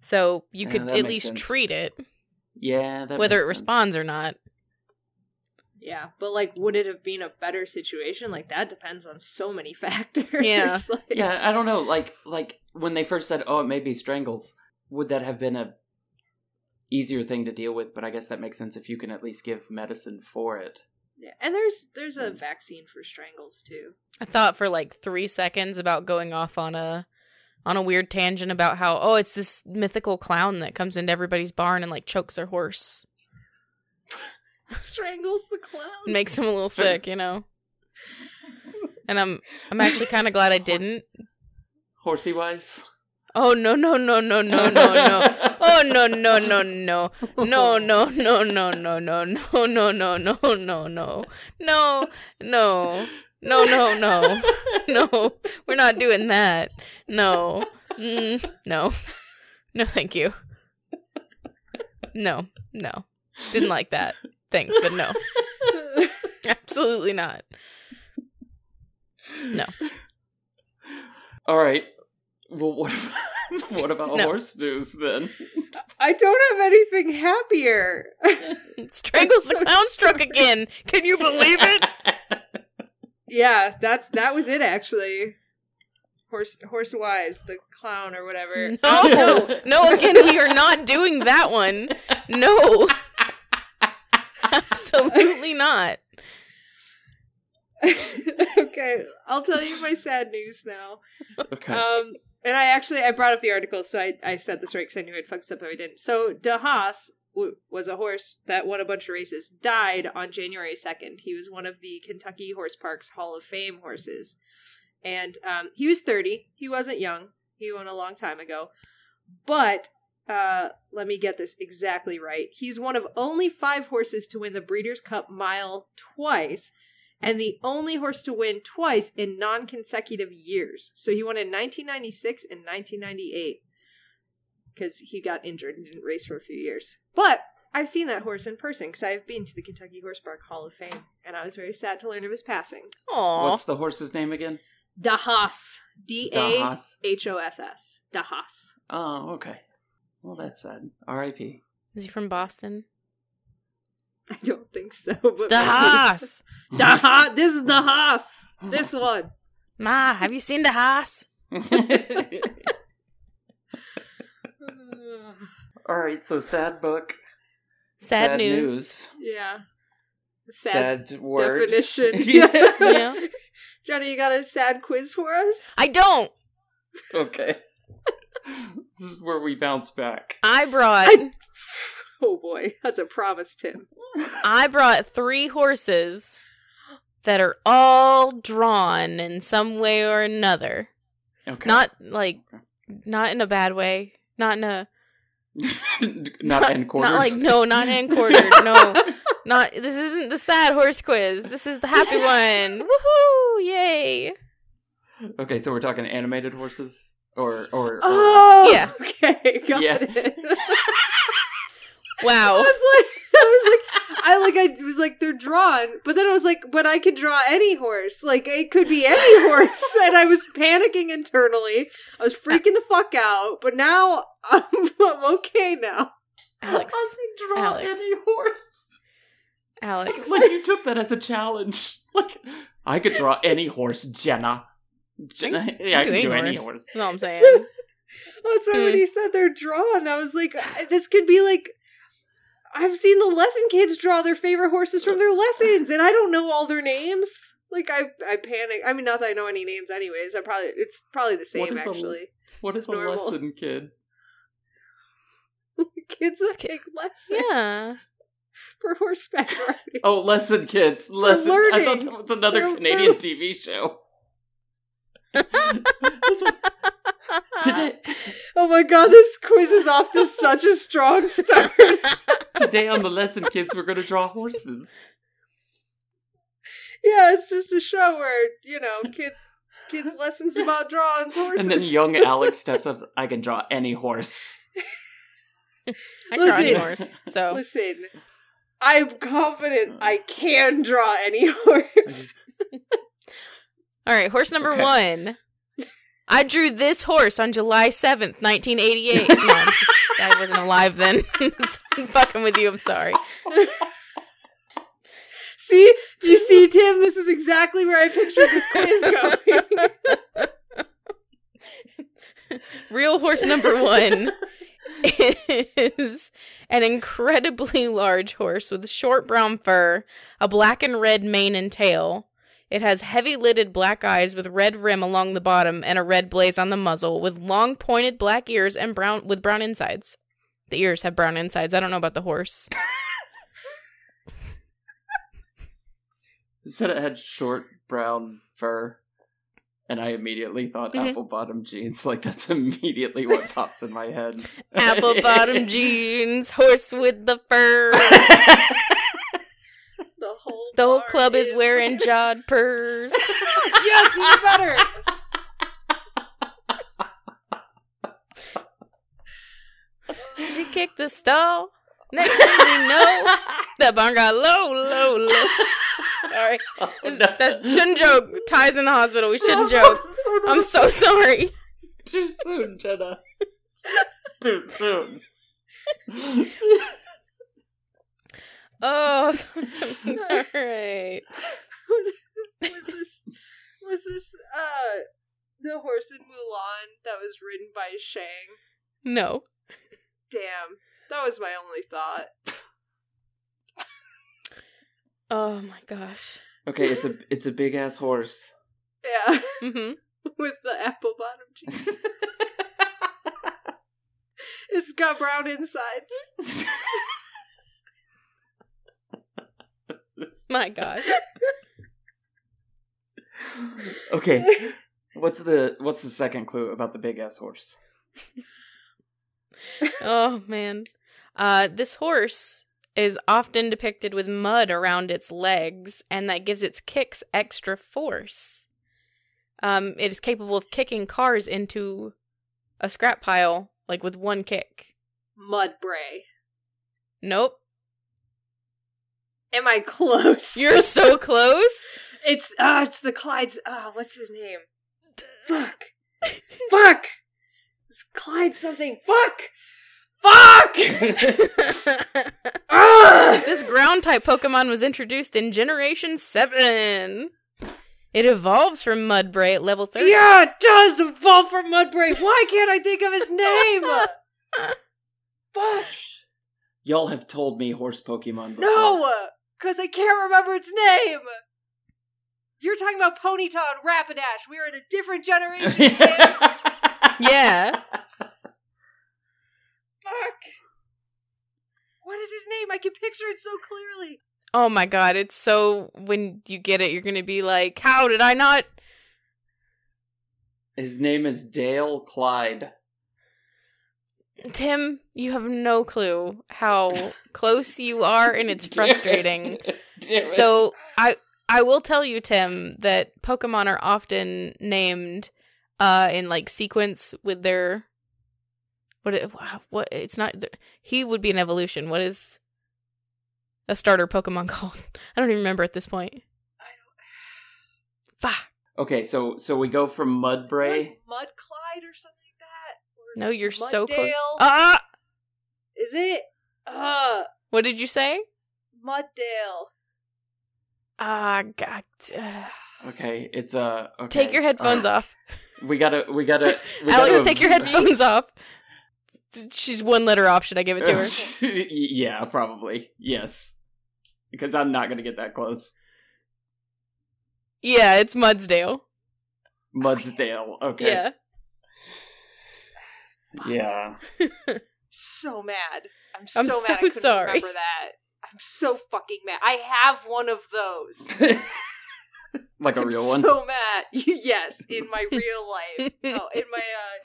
Speaker 2: so you
Speaker 1: Yeah,
Speaker 2: could
Speaker 1: that
Speaker 2: at
Speaker 1: makes
Speaker 2: least
Speaker 1: sense.
Speaker 2: treat it,
Speaker 1: Yeah, that
Speaker 2: whether it
Speaker 1: makes sense.
Speaker 2: responds or not.
Speaker 3: Yeah, but like, would it have been a better situation? Like, that depends on so many factors.
Speaker 2: Yeah.
Speaker 3: Like-
Speaker 1: Yeah, I don't know. Like like when they first said, "Oh, it may be strangles," would that have been a easier thing to deal with? But I guess that makes sense if you can at least give medicine for it.
Speaker 3: Yeah, and there's there's a vaccine for strangles too.
Speaker 2: I thought for like three seconds about going off on a on a weird tangent about how oh it's this mythical clown that comes into everybody's barn and like chokes their horse
Speaker 3: Strangles the clown.
Speaker 2: and makes them a little sick, you know. And I'm I'm actually kind of glad I didn't
Speaker 1: Horsey wise.
Speaker 2: Oh no no no no no no no. Oh no no no no. No no no no no no no no no no no no. No no. No no no. No. We're not doing that. No. Mm, no. No thank you. No. No. Didn't like that. Thanks, but no. Absolutely not. No.
Speaker 1: All right. Well, what about, what about
Speaker 2: No.
Speaker 1: horse news then?
Speaker 3: I don't have anything happier.
Speaker 2: Strangles the
Speaker 3: I'm so
Speaker 2: clown struck again. Can you believe it?
Speaker 3: yeah, that's that was it actually. Horse horse wise, the clown or whatever.
Speaker 2: No, no, again, we are not doing that one. No, absolutely not.
Speaker 3: okay, I'll tell you my sad news now.
Speaker 1: Okay.
Speaker 3: Um, and I actually I brought up the article, so I, I said this right because I knew I'd fucked this up if I didn't. So De Haas w- was a horse that won a bunch of races. Died on January second. He was one of the Kentucky Horse Parks Hall of Fame horses, and um, he was thirty. He wasn't young. He won a long time ago, but. Uh, let me get this exactly right. He's one of only five horses to win the Breeders' Cup Mile twice, and the only horse to win twice in non consecutive years. So he won in 1996 and 1998 because he got injured and didn't race for a few years. But I've seen that horse in person because I've been to the Kentucky Horse Park Hall of Fame, and I was very sad to learn of his passing.
Speaker 2: Aw,
Speaker 1: What's the horse's name again?
Speaker 3: Dahas. D A
Speaker 1: Dahas.
Speaker 3: H O S S. Dahas.
Speaker 1: Oh, okay. Well, that's sad. R.I.P.
Speaker 2: is he from Boston?
Speaker 3: I don't think so. But
Speaker 2: Dahas,
Speaker 3: Dahas. This is Dahas. This one.
Speaker 2: ma, have you seen Dahas?
Speaker 1: All right. So sad book.
Speaker 2: Sad, news.
Speaker 3: yeah. Sad
Speaker 1: Sad, word.
Speaker 3: definition.
Speaker 1: Yeah.
Speaker 2: Yeah.
Speaker 3: Johnny, you got a sad quiz for us?
Speaker 2: I don't.
Speaker 1: Okay. this is where we bounce back.
Speaker 2: I brought
Speaker 3: I- oh boy, that's a promise, Tim.
Speaker 2: I brought three horses that are all drawn in some way or another.
Speaker 1: Okay.
Speaker 2: Not like not in a bad way. Not in a
Speaker 1: not, end quarters.
Speaker 2: Not like no, not hand quartered. no, not this isn't the sad horse quiz. This is the happy one. Woohoo! Yay!
Speaker 1: Okay, so we're talking animated horses or or, or
Speaker 3: Oh,
Speaker 2: Yeah.
Speaker 3: Okay, got
Speaker 1: Yeah. Oh.
Speaker 3: it. I was
Speaker 2: Wow.
Speaker 3: like, I was like, I like, I was like, they're drawn, but then I was like, but I could draw any horse. Like it could be any horse, and I was panicking internally. I was freaking the fuck out, but now I'm, I'm okay now.
Speaker 2: Alex.
Speaker 1: I can draw
Speaker 2: Alex.
Speaker 1: any horse.
Speaker 2: Alex.
Speaker 1: Like you took that as a challenge. Like I could draw any horse, Jenna. Jenna, yeah, I can do any horse.
Speaker 2: That's all I'm saying.
Speaker 3: That's why when
Speaker 2: Hmm.
Speaker 3: you said they're drawn, I was like, this could be like. I've seen the lesson kids draw their favorite horses from their lessons, and I don't know all their names. Like I, I panic. I mean, not that I know any names, anyways. I probably it's probably the
Speaker 1: What
Speaker 3: same
Speaker 1: is a-
Speaker 3: actually.
Speaker 1: What is a
Speaker 3: Normal.
Speaker 1: lesson, kid?
Speaker 3: kids that
Speaker 2: Okay.
Speaker 3: take lessons
Speaker 2: Yeah.
Speaker 3: for horseback riding.
Speaker 1: Oh, lesson kids. Lesson. I thought
Speaker 3: learning.
Speaker 1: that was another
Speaker 3: They're-
Speaker 1: Canadian
Speaker 3: they're-
Speaker 1: TV show. I was like,
Speaker 2: Uh,
Speaker 1: today,
Speaker 3: Oh my god, this quiz is off to such a strong start.
Speaker 1: today on the lesson kids, we're going to draw horses.
Speaker 3: yeah, it's just a show where you know kids, kids lessons about drawing horses.
Speaker 1: And then young Alex steps up. I can draw any horse.
Speaker 2: I draw any
Speaker 3: Listen.
Speaker 2: horse. So
Speaker 3: Listen, I'm confident I can draw any horse.
Speaker 2: all right, horse number
Speaker 1: Okay.
Speaker 2: one. I drew this horse on July seventh, nineteen eighty eight. No, I'm just- I wasn't alive then. I'm fucking with you. I'm sorry.
Speaker 3: see? Do you see, Tim? This is exactly where I pictured this quiz going.
Speaker 2: Real horse number one is an incredibly large horse with short brown fur, a black and red mane and tail. It has heavy lidded black eyes with red rim along the bottom and a red blaze on the muzzle, with long pointed black ears and brown with brown insides. The ears have brown insides. I don't know about the horse.
Speaker 1: It said it had short brown fur. and I immediately thought
Speaker 2: Mhm.
Speaker 1: apple bottom jeans. Like that's immediately what pops in my head.
Speaker 2: Apple bottom jeans, horse with the fur.
Speaker 3: The whole
Speaker 2: The whole
Speaker 3: bar
Speaker 2: club is wearing jod purrs.
Speaker 3: yes, even better.
Speaker 2: She kicked the stall. Next thing we know, the barn got low, low, low. Sorry.
Speaker 1: Oh,
Speaker 2: This-
Speaker 1: no.
Speaker 2: That shouldn't joke. Ty's in the hospital. We shouldn't
Speaker 1: No,
Speaker 2: joke.
Speaker 1: so
Speaker 2: I'm
Speaker 1: not-
Speaker 2: so sorry.
Speaker 1: too soon, Jenna. too soon.
Speaker 2: Oh, all right.
Speaker 3: was this was this uh the horse in Mulan that was ridden by Shang?
Speaker 2: No,
Speaker 3: Damn, that was my only thought.
Speaker 2: oh my gosh.
Speaker 1: okay, it's a it's a big ass horse.
Speaker 3: Yeah,
Speaker 2: hmm
Speaker 3: with the apple bottom jeans. It's got brown insides.
Speaker 2: My gosh.
Speaker 1: okay. What's the what's the second clue about the big ass horse?
Speaker 2: Oh man. Uh, this horse is often depicted with mud around its legs, and that gives its kicks extra force. Um, it is capable of kicking cars into a scrap pile, like with one kick.
Speaker 3: Mudbray.
Speaker 2: Nope.
Speaker 3: Am I close?
Speaker 2: You're so close.
Speaker 3: It's uh it's the Clyde's uh what's his name? Fuck. Fuck. It's Clyde something. Fuck. Fuck. Ugh!
Speaker 2: This ground type Pokemon was introduced in Generation 7. It evolves from Mudbray at level 30.
Speaker 3: Yeah, it does evolve from Mudbray. Why can't I think of his name? Fuck.
Speaker 1: Y'all have told me horse Pokemon before.
Speaker 3: No, because I can't remember its name. You're talking about Ponyta and Rapidash. We are in a different generation, Tim.
Speaker 2: Yeah.
Speaker 3: Fuck. What is his name? I can picture it so clearly.
Speaker 2: Oh my god, it's so when you get it, you're gonna be like, How did I not
Speaker 1: His name is Dale Clyde.
Speaker 2: Tim, you have no clue how close you are and it's frustrating.
Speaker 1: Damn it. Damn it.
Speaker 2: So I I will tell you, Tim, that Pokemon are often named uh in like sequence with their what it, what it's not he would be an evolution. What is a starter Pokemon called? I don't even remember at this point. I don't. Fuck.
Speaker 1: okay, so so we go from Mudbray.
Speaker 3: Like Mud Clyde or something like that. Or
Speaker 2: No, you're so close.
Speaker 3: Muddale.
Speaker 2: Ah,
Speaker 3: Is it? Uh,
Speaker 2: what did you say?
Speaker 3: Muddale.
Speaker 2: Ah, god. Uh,
Speaker 1: Okay, it's uh okay.
Speaker 2: Take your headphones off,
Speaker 1: off. We gotta we gotta we
Speaker 2: Alex.
Speaker 1: gotta
Speaker 2: Take your
Speaker 1: headphones.
Speaker 2: headphones off. She's one letter off. Should I give it to her?
Speaker 1: yeah, probably. Yes. Because I'm not going to get that close.
Speaker 2: yeah, it's Mudsdale.
Speaker 1: Mudsdale. Okay.
Speaker 2: Yeah.
Speaker 1: Yeah.
Speaker 3: so mad. I'm so
Speaker 2: I'm
Speaker 3: mad.
Speaker 2: so
Speaker 3: I couldn't
Speaker 2: sorry.
Speaker 3: remember that. I'm so fucking mad. I have one of those.
Speaker 1: like a
Speaker 3: I'm
Speaker 1: real one.
Speaker 3: So mad. yes, in my real life. Oh, in my uh,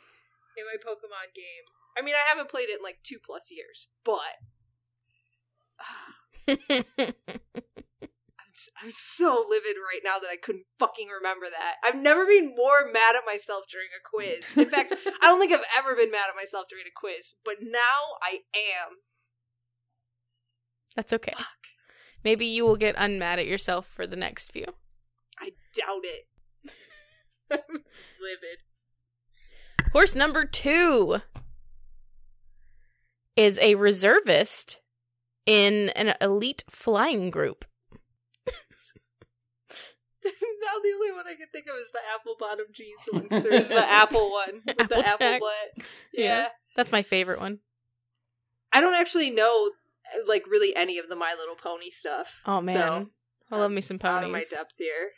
Speaker 3: in my Pokemon game. I mean, I haven't played it in like two plus years, but ah. I'm, s- I'm so livid right now that I couldn't fucking remember that. I've never been more mad at myself during a quiz. In fact, I don't think I've ever been mad at myself during a quiz, but now I am.
Speaker 2: That's okay.
Speaker 3: Fuck.
Speaker 2: Maybe you will get unmad at yourself for the next few.
Speaker 3: I doubt it. I'm livid.
Speaker 2: Horse number two is a reservist in an elite flying group.
Speaker 3: now the only one I can think of is the apple bottom jeans one. 'cause There's the apple one with
Speaker 2: Apple
Speaker 3: the apple
Speaker 2: jack.
Speaker 3: butt.
Speaker 2: Yeah.
Speaker 3: Yeah.
Speaker 2: That's my favorite one.
Speaker 3: I don't actually know like really any of the My Little Pony stuff.
Speaker 2: Oh man, I love me some
Speaker 3: so, out of my
Speaker 2: ponies.
Speaker 3: depth here.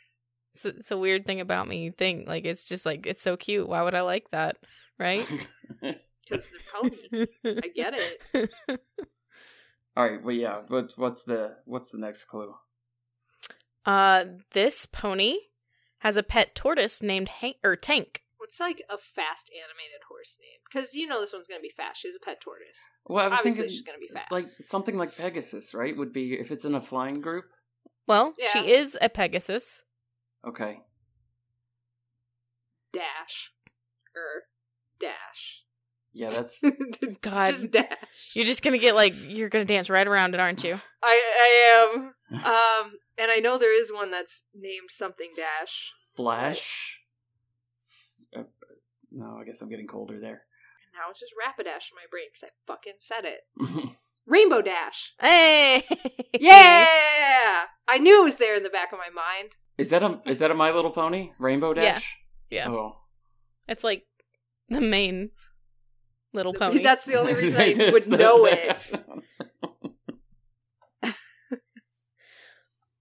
Speaker 2: It's, it's a weird thing about me. Thing like it's just like it's so cute. Why would I like that? Right?
Speaker 3: Because they're ponies. I get it.
Speaker 1: All right, well yeah, what what's the what's the next clue?
Speaker 2: Uh, this pony has a pet tortoise named Hank or Tank.
Speaker 3: What's like a fast animated horse name? Because you know this one's gonna be fast. She has a pet tortoise.
Speaker 1: Well, I was
Speaker 3: Obviously,
Speaker 1: thinking
Speaker 3: she's gonna be fast.
Speaker 1: like something like Pegasus, right? Would be if it's in a flying group.
Speaker 2: Well,
Speaker 3: Yeah.
Speaker 2: she is a Pegasus.
Speaker 1: Okay.
Speaker 3: dash, or dash.
Speaker 1: Yeah, that's
Speaker 2: God.
Speaker 3: just dash.
Speaker 2: You're just gonna get like you're gonna dance right around it, aren't you?
Speaker 3: I I am. Um, and I know there is one that's named something dash.
Speaker 1: Flash. Uh, No, I guess I'm getting colder there.
Speaker 3: And now it's just Rapidash in my brain because I fucking said it. Rainbow Dash.
Speaker 2: Hey!
Speaker 3: Yeah, I knew it was there in the back of my mind.
Speaker 1: is that a is that a My Little Pony Rainbow
Speaker 2: Yeah.
Speaker 1: Dash?
Speaker 2: Yeah.
Speaker 1: Oh.
Speaker 2: It's like the main little pony.
Speaker 3: That's the only reason I would know it.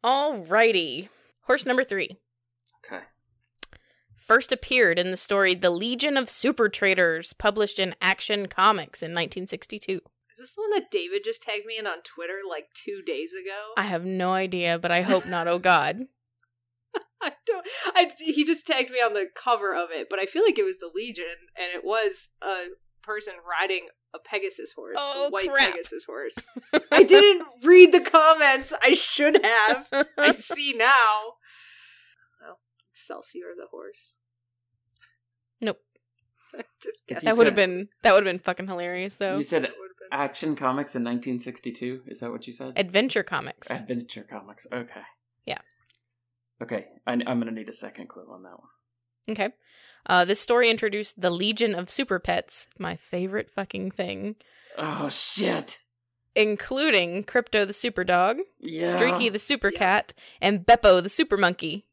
Speaker 2: Alrighty. Horse number three.
Speaker 1: Okay.
Speaker 2: First appeared in the story The Legion of Super Traders, published in Action Comics in 1962.
Speaker 3: Is this the one that David just tagged me in on Twitter like two days ago?
Speaker 2: I have no idea, but I hope not, oh god.
Speaker 3: I don't. I he just tagged me on the cover of it, but I feel like it was the Legion, and it was a person riding a Pegasus horse,
Speaker 2: Oh,
Speaker 3: a white
Speaker 2: crap.
Speaker 3: Pegasus horse. I didn't read the comments. I should have. I see now. Oh, Excelsior the horse.
Speaker 2: Nope.
Speaker 3: I just
Speaker 1: Is
Speaker 3: guess
Speaker 1: he
Speaker 2: that would
Speaker 1: said-
Speaker 2: have been that would have been fucking hilarious though.
Speaker 1: You said
Speaker 3: would have been.
Speaker 1: Action Comics in 1962. Is that what you said?
Speaker 2: Adventure Comics.
Speaker 1: Adventure Comics. Okay.
Speaker 2: Yeah.
Speaker 1: Okay, I, I'm gonna need a second clue on that one.
Speaker 2: Okay. Uh, this story introduced the Legion of Super Pets, my favorite fucking thing,
Speaker 1: Oh shit!
Speaker 2: including Crypto the Super Dog,
Speaker 1: Yeah.
Speaker 2: Streaky the Super
Speaker 3: Yeah.
Speaker 2: Cat, and Beppo the Super Monkey.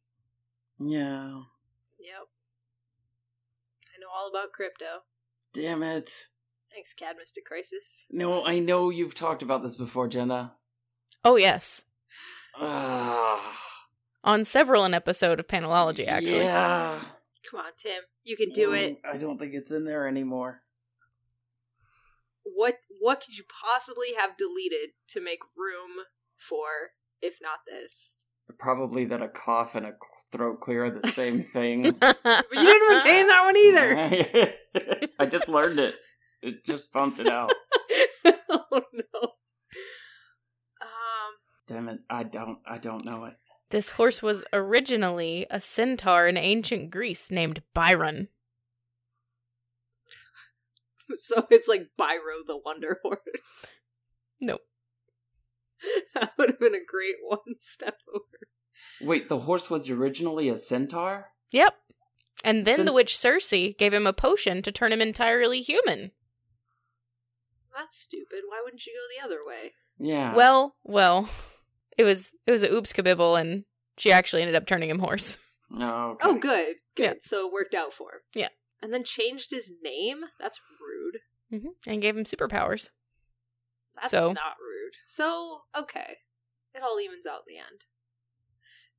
Speaker 1: Yeah.
Speaker 3: Yep. I know all about crypto.
Speaker 1: Damn it!
Speaker 3: Thanks, Cadmus to Crisis.
Speaker 1: No, I know you've talked about this before, Jenna.
Speaker 2: Oh yes,
Speaker 1: Ah.
Speaker 2: on several an episode of Panelology actually.
Speaker 1: Yeah.
Speaker 3: Come on, Tim. You can do it.
Speaker 1: Mm, I don't think it's in there anymore.
Speaker 3: what what could you possibly have deleted to make room for if not this
Speaker 1: Probably that a cough and a throat clear are the same thing.
Speaker 3: but you didn't retain that one either
Speaker 1: I just learned it. It just pumped it out.
Speaker 3: oh no um
Speaker 1: Damn it! I don't. I don't know it.
Speaker 2: This horse was originally a centaur in ancient Greece named Byron.
Speaker 3: so it's like Byro the Wonder Horse
Speaker 2: Nope.
Speaker 3: that would have been a great one step over
Speaker 1: Wait, the horse was originally a centaur.
Speaker 2: Yep. And then
Speaker 1: Cen-
Speaker 2: the witch Circe gave him a potion to turn him entirely human.
Speaker 3: that's stupid why wouldn't you go the other way Ah.
Speaker 1: Yeah.
Speaker 2: Well, well, it was it was a oops kabibble, and she actually ended up turning him horse.
Speaker 1: Oh, okay.
Speaker 3: oh good good
Speaker 2: Yeah.
Speaker 3: so it worked out for him
Speaker 2: Yeah.
Speaker 3: and then changed his name that's rude
Speaker 2: hmm And gave him superpowers.
Speaker 3: That's
Speaker 2: So-
Speaker 3: not rude. So, okay. It all evens out in the end.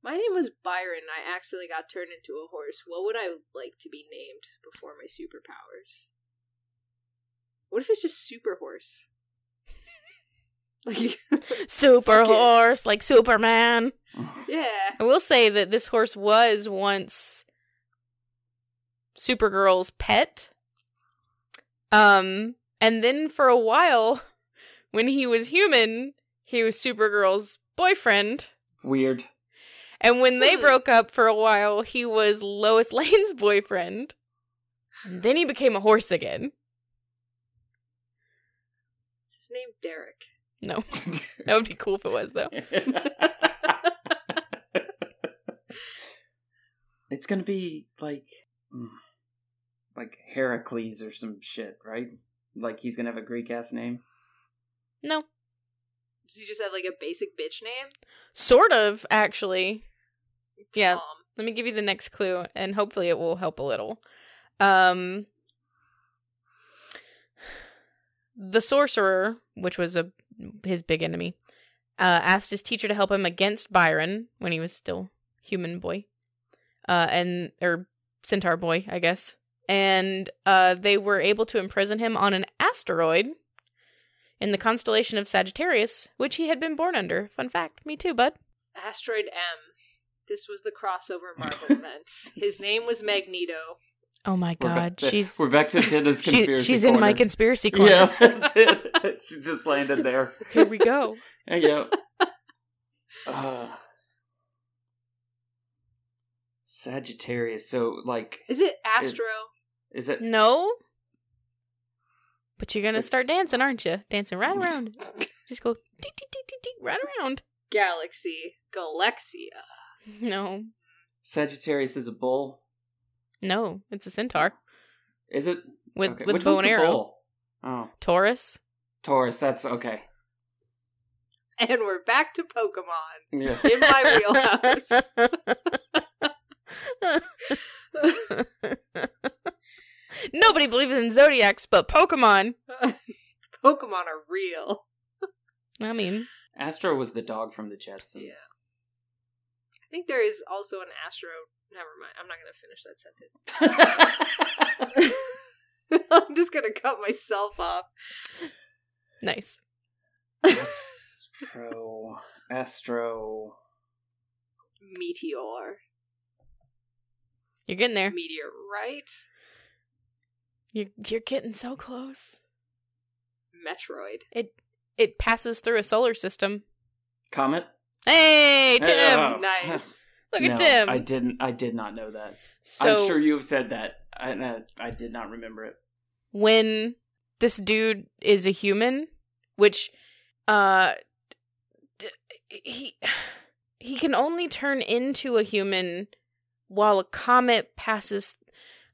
Speaker 3: My name was Byron and I accidentally got turned into a horse. What would I like to be named before my superpowers? What if it's just super horse? Like
Speaker 2: Super
Speaker 3: Fuck it.
Speaker 2: horse, like Superman.
Speaker 3: Yeah.
Speaker 2: I will say that this horse was once Supergirl's pet. Um, and then for a while, when he was human, he was Supergirl's boyfriend.
Speaker 1: Weird.
Speaker 2: And when they
Speaker 3: Hmm.
Speaker 2: broke up for a while, he was Lois Lane's boyfriend. And then he became a horse again.
Speaker 3: It's his name Derek.
Speaker 2: No, that would be cool if it was though.
Speaker 1: it's gonna be like, mm, like Heracles or some shit, right? Like he's gonna have a Greek ass name.
Speaker 2: No,
Speaker 3: Does he just have like a basic bitch name?
Speaker 2: sort of actually. Yeah.
Speaker 3: Tom.
Speaker 2: Let me give you the next clue, and hopefully it will help a little. Um, the sorcerer, which was a his big enemy, uh, asked his teacher to help him against Byron when he was still human boy, uh, and or centaur boy, I guess. And uh, they were able to imprison him on an asteroid in the constellation of Sagittarius, which he had been born under. Fun fact, me too, bud.
Speaker 3: Asteroid M. This was the crossover Marvel event. His name was Magneto.
Speaker 2: Oh my
Speaker 1: We're
Speaker 2: god,
Speaker 1: back to-
Speaker 2: she's
Speaker 1: we're back to Jenna's
Speaker 2: she-
Speaker 1: conspiracy.
Speaker 2: she's in my
Speaker 1: corner.
Speaker 2: conspiracy corner.
Speaker 1: Yeah, that's it. she just landed there.
Speaker 2: Here we go.
Speaker 1: Hey, yeah. Uh, Sagittarius. So, like,
Speaker 3: Is it Astro?
Speaker 1: is it?
Speaker 2: No, but you're gonna start
Speaker 1: It's-
Speaker 2: dancing, aren't you? Dancing right around. Just go dee, dee, dee, dee, dee, right around.
Speaker 3: Galaxy. Galaxia.
Speaker 2: No,
Speaker 1: Sagittarius is a bull.
Speaker 2: no, it's a centaur
Speaker 1: Is it?
Speaker 2: with
Speaker 1: okay.
Speaker 2: with
Speaker 1: Which
Speaker 2: bow
Speaker 1: one's
Speaker 2: and
Speaker 1: the
Speaker 2: arrow.
Speaker 1: bull? Oh,
Speaker 2: Taurus.
Speaker 1: Taurus. That's okay.
Speaker 3: And we're back to Pokemon
Speaker 1: Yeah.
Speaker 3: in my wheelhouse.
Speaker 2: Nobody believes in zodiacs, but Pokemon.
Speaker 3: Pokemon are real.
Speaker 2: I mean,
Speaker 1: Astro was the dog from the Jetsons.
Speaker 3: Yeah. I think there is also an Astro. Never mind. I'm not going to finish that sentence. I'm just gonna cut myself off.
Speaker 2: nice.
Speaker 1: Astro. Astro.
Speaker 3: Meteor.
Speaker 2: You're getting there.
Speaker 3: Meteorite.
Speaker 2: You're you're getting so close.
Speaker 3: Metroid.
Speaker 2: It it passes through a solar system.
Speaker 1: Comet.
Speaker 2: Hey, Tim!
Speaker 1: Yeah. Oh.
Speaker 3: Nice.
Speaker 2: Look
Speaker 1: no,
Speaker 2: at Tim.
Speaker 1: I didn't. I did not know that.
Speaker 2: so
Speaker 1: I'm sure you have said that, and I, I did not remember it.
Speaker 2: when this dude is a human, which uh d- he he can only turn into a human while a comet passes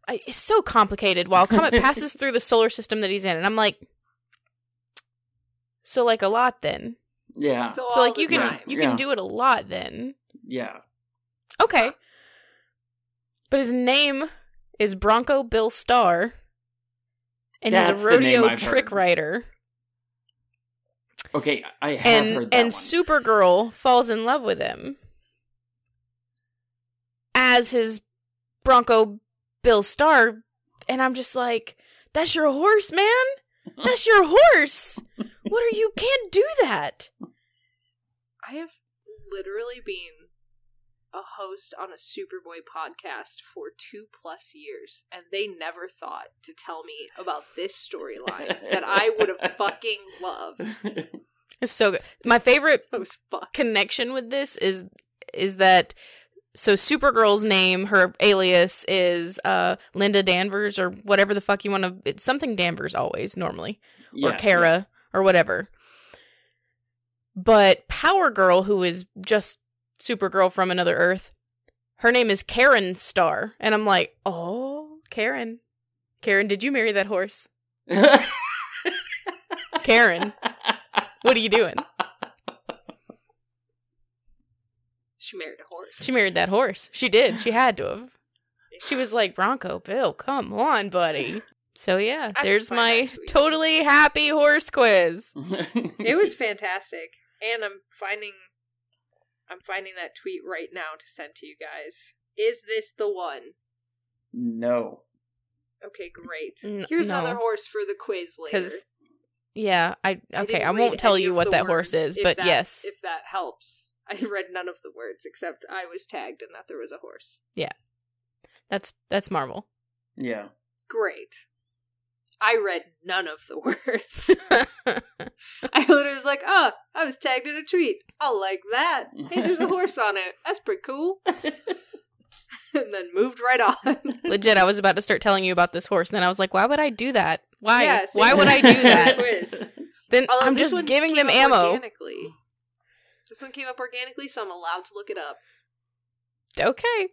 Speaker 2: I, it's so complicated while a comet passes through the solar system that he's in and I'm like so like a lot then
Speaker 1: Yeah.
Speaker 3: So,
Speaker 2: so like
Speaker 3: all
Speaker 2: you
Speaker 3: the
Speaker 2: can
Speaker 3: time.
Speaker 2: you can
Speaker 1: Yeah.
Speaker 2: do it a lot then
Speaker 1: yeah.
Speaker 2: Okay. But his name is Bronco Bill Starr. And
Speaker 1: That's
Speaker 2: he's
Speaker 1: the
Speaker 2: a
Speaker 1: name
Speaker 2: rodeo
Speaker 1: I've
Speaker 2: trick
Speaker 1: heard.
Speaker 2: rider.
Speaker 1: Okay, I have
Speaker 2: And
Speaker 1: heard that one.
Speaker 2: and Supergirl falls in love with him. As his Bronco Bill Starr. And I'm just like, that's your horse, man? That's your horse. What are you can't do that.
Speaker 3: I have literally been a host on a Superboy podcast for two plus years, and they never thought to tell me about this storyline that I would have fucking loved.
Speaker 2: It's so good. My favorite
Speaker 3: Those fucks.
Speaker 2: connection with this is is that so Supergirl's name, her alias is uh Linda Danvers or whatever the fuck you want to it's something Danvers always normally or
Speaker 1: Yeah,
Speaker 2: Kara or whatever. But Power Girl who is just Supergirl from another earth, her name is Karen Star and I'm like, "Oh, Karen. Karen, did you marry that horse?
Speaker 1: yeah.
Speaker 2: Karen, what are you doing?
Speaker 3: She married a horse.
Speaker 2: She married that horse. She did. She had to have. She was like, Bronco Bill, come on, buddy. So yeah,
Speaker 3: I have to
Speaker 2: there's
Speaker 3: find
Speaker 2: my
Speaker 3: that tweet.
Speaker 2: totally happy horse quiz.
Speaker 3: it was fantastic and i'm finding i'm finding that tweet right now to send to you guys is this the one
Speaker 1: no.
Speaker 3: okay great
Speaker 2: N-
Speaker 3: here's
Speaker 2: no.
Speaker 3: another horse for the quiz later
Speaker 2: 'Cause- Yeah, I
Speaker 3: I
Speaker 2: okay,
Speaker 3: didn't
Speaker 2: I, won't
Speaker 3: read
Speaker 2: tell
Speaker 3: any
Speaker 2: you
Speaker 3: of
Speaker 2: what
Speaker 3: the
Speaker 2: that horse
Speaker 3: words,
Speaker 2: is,
Speaker 3: if
Speaker 2: but
Speaker 3: that-
Speaker 2: yes,
Speaker 3: if that helps i read none of the words except i was tagged and that there was a horse
Speaker 2: that's that's Marvel.
Speaker 1: Yeah.
Speaker 3: great i read none of the words i literally was like oh i was tagged in a tweet i like that hey there's a horse on it that's pretty cool and then moved right on
Speaker 2: Legit, I was about to start telling you about this horse, and then I was like, why would I do that? Why?
Speaker 3: Yeah, see,
Speaker 2: why would I do that?
Speaker 3: Quiz.
Speaker 2: then
Speaker 3: Although
Speaker 2: I'm
Speaker 3: this
Speaker 2: just
Speaker 3: one
Speaker 2: giving
Speaker 3: came
Speaker 2: them
Speaker 3: up
Speaker 2: ammo.
Speaker 3: Organically. This one came up organically, so I'm allowed to look it up.
Speaker 2: Okay,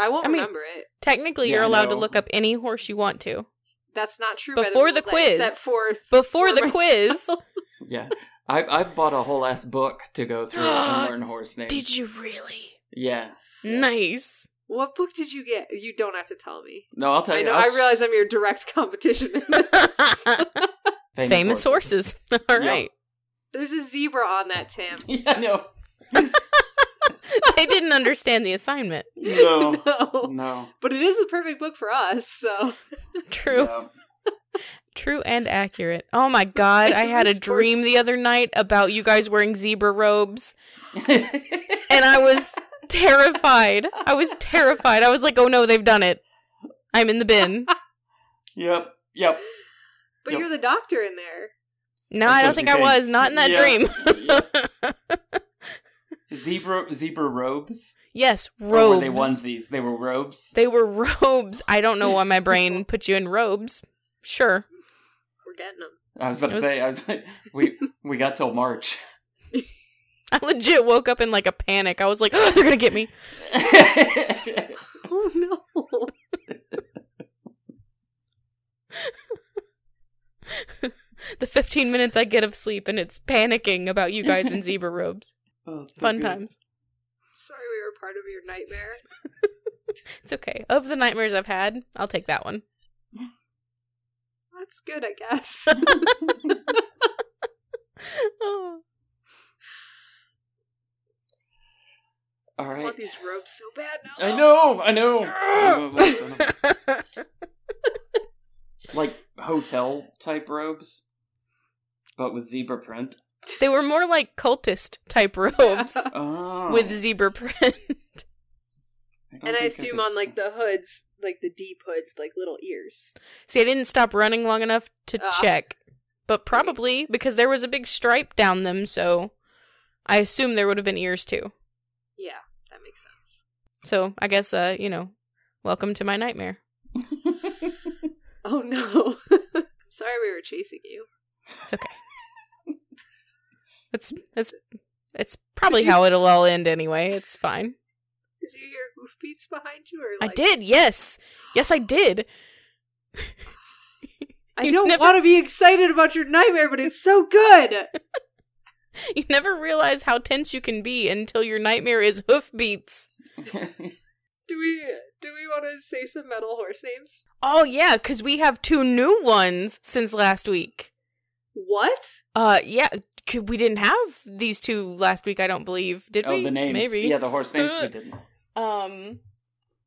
Speaker 3: I won't
Speaker 2: I mean-
Speaker 3: remember it.
Speaker 2: technically,
Speaker 1: Yeah,
Speaker 2: you're
Speaker 1: I
Speaker 2: allowed to
Speaker 1: know.
Speaker 2: look up any horse you want to
Speaker 3: That's not true. by
Speaker 2: Before the
Speaker 3: rules I
Speaker 2: quiz.
Speaker 3: set forth
Speaker 2: before
Speaker 3: for
Speaker 2: the
Speaker 3: myself.
Speaker 2: quiz.
Speaker 1: Yeah. I I bought a whole ass book to go through and learn horse names.
Speaker 2: Did you really?
Speaker 1: Yeah.
Speaker 2: Nice.
Speaker 3: What book did you get? You don't have to tell me.
Speaker 1: No, I'll tell
Speaker 3: I
Speaker 1: you.
Speaker 3: know.
Speaker 1: I'll
Speaker 3: I
Speaker 1: sh-
Speaker 3: realize I'm your direct competition. in this.
Speaker 2: Famous, horses. All right.
Speaker 3: There's a zebra on that Tim.
Speaker 1: Yeah. No.
Speaker 2: they didn't understand the assignment.
Speaker 1: No.
Speaker 3: no,
Speaker 1: No.
Speaker 3: but it is the perfect book for us. So
Speaker 2: True.
Speaker 1: Yeah.
Speaker 2: True and accurate. Oh my god, I had a
Speaker 3: Famous
Speaker 2: dream the other night about you guys wearing zebra robes and I was terrified. I was terrified. I was like, oh no, they've done it. I'm in the bin.
Speaker 1: Yep. Yep.
Speaker 3: But
Speaker 1: Yep.
Speaker 3: you're the doctor in there.
Speaker 2: No,
Speaker 1: That's
Speaker 2: I don't
Speaker 1: what
Speaker 2: think
Speaker 1: she
Speaker 2: I was.
Speaker 1: thinks.
Speaker 2: Not in that
Speaker 1: Yeah.
Speaker 2: dream.
Speaker 1: Zebra zebra robes.
Speaker 2: yes,
Speaker 1: Or
Speaker 2: robes.
Speaker 1: were they onesies? They were robes.
Speaker 2: They were robes. I don't know why my brain put you in robes. Sure.
Speaker 3: We're getting them.
Speaker 1: I was about to
Speaker 2: It was-
Speaker 1: say. I was like, we we got till March.
Speaker 2: I legit woke up in like a panic. I was like, they're going to get me.
Speaker 3: Oh no.
Speaker 2: The 15 minutes I get of sleep and it's panicking about you guys in zebra robes.
Speaker 1: Oh, it's so
Speaker 2: Fun
Speaker 1: good.
Speaker 2: times.
Speaker 3: Sorry we were part of your nightmare.
Speaker 2: It's okay. Of the nightmares I've had, I'll take that one.
Speaker 3: That's good, I guess.
Speaker 2: Oh.
Speaker 1: All
Speaker 3: I
Speaker 1: right.
Speaker 3: want these robes so bad now.
Speaker 1: I know. I know. like hotel type robes, but with zebra print.
Speaker 2: they were more like cultist type robes
Speaker 1: Oh,
Speaker 2: with zebra print.
Speaker 1: don't
Speaker 3: And I
Speaker 1: think
Speaker 3: assume
Speaker 1: could
Speaker 3: on
Speaker 1: s-
Speaker 3: like the hoods, like the deep hoods, like little ears.
Speaker 2: See, I didn't stop running long enough to
Speaker 3: Ah.
Speaker 2: check, but probably because there was a big stripe down them, so I assume there would have been ears too.
Speaker 3: Yeah, that makes sense.
Speaker 2: So I guess, uh, you know, welcome to my nightmare.
Speaker 3: Oh no. I'm sorry we were chasing you.
Speaker 2: It's okay. it's it's it's probably how it'll all end anyway. It's fine.
Speaker 3: Did you hear hoofbeats behind you or
Speaker 2: I
Speaker 3: like
Speaker 2: did. Yes, yes, I did.
Speaker 3: I
Speaker 2: You
Speaker 3: don't
Speaker 2: never-
Speaker 3: want to be excited about your nightmare, but it's so good.
Speaker 2: You never realize how tense you can be until your nightmare is hoof beats.
Speaker 3: Do we do we want to say some metal horse names?
Speaker 2: Oh yeah, because we have two new ones since last week.
Speaker 3: What?
Speaker 2: Uh yeah, could, we didn't have these two last week. I don't believe did
Speaker 1: oh,
Speaker 2: we?
Speaker 1: the names.
Speaker 2: Maybe.
Speaker 1: Yeah, the horse names we didn't.
Speaker 2: Um.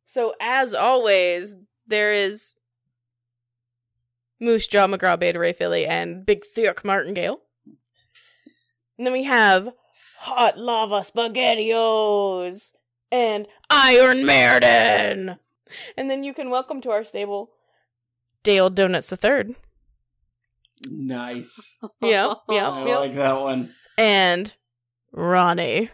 Speaker 2: So as always, there is Moose Jaw McGraw Beta Ray Philly and Big Thick Martingale. And then we have Hot Lava Spaghettios and Iron Meriden. And then you can welcome to our stable Dale Donuts the Third.
Speaker 1: Nice.
Speaker 2: Oh, Yeah, yeah.
Speaker 1: I like that one.
Speaker 2: And Ronnie.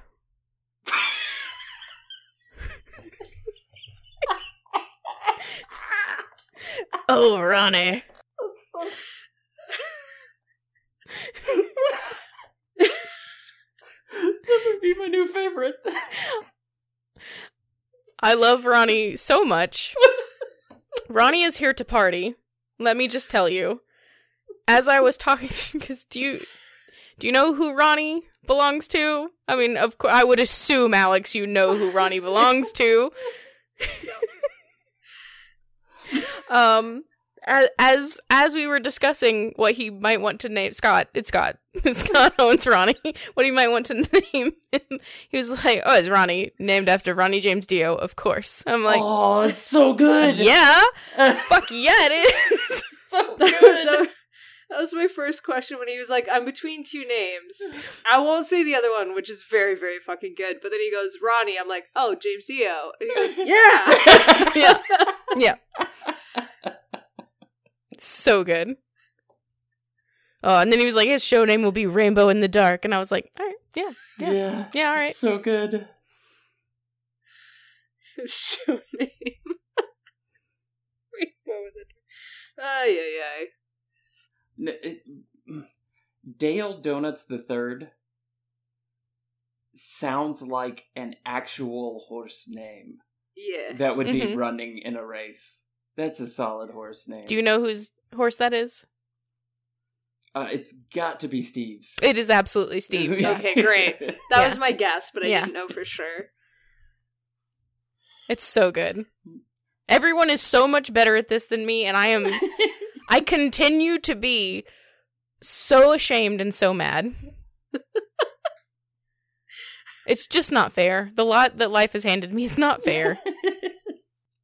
Speaker 2: oh, Ronnie.
Speaker 1: That would be my new favorite.
Speaker 2: I love Ronnie so much. Ronnie is here to party. Let me just tell you. As I was talking, because do you do you know who Ronnie belongs to? I mean, of course, I would assume Alex, you know who Ronnie belongs to. um, a- as as we were discussing what he might want to name Scott, it's Scott. Scott owns Ronnie. What he might want to name him, he was like, "Oh, it's Ronnie, named after Ronnie James Dio, of course." I'm like,
Speaker 1: oh, it's so good.
Speaker 2: "Yeah, fuck yeah, it is."
Speaker 1: so
Speaker 3: That was, that was my first question when he was like, I'm between two names. I won't say the other one, which is very, very fucking good. But then he goes, Ronnie. I'm like, oh, James Dio. And he goes, yeah.
Speaker 2: yeah, yeah, so good. Oh, and then he was like, "His show name will be Rainbow in the Dark," and I was like, "All right, yeah,
Speaker 1: yeah.
Speaker 2: yeah, all right."
Speaker 1: So good.
Speaker 3: His show name. Wait, what was it? Ay, ay, ay.
Speaker 1: N- it- Dale Donuts the Third sounds like an actual horse name
Speaker 3: Yeah.
Speaker 1: that would be
Speaker 2: Mhm.
Speaker 1: running in a race. That's a solid horse name.
Speaker 2: Do you know whose horse that is?
Speaker 1: uh, it's got to be Steve's.
Speaker 2: It is absolutely Steve.
Speaker 3: Okay, great. That
Speaker 2: Yeah.
Speaker 3: was my guess, but I
Speaker 2: Yeah.
Speaker 3: didn't know for sure.
Speaker 2: It's so good. Everyone is so much better at this than me, and I am. I continue to be so ashamed and so mad. it's just not fair. The lot that life has handed me is not fair.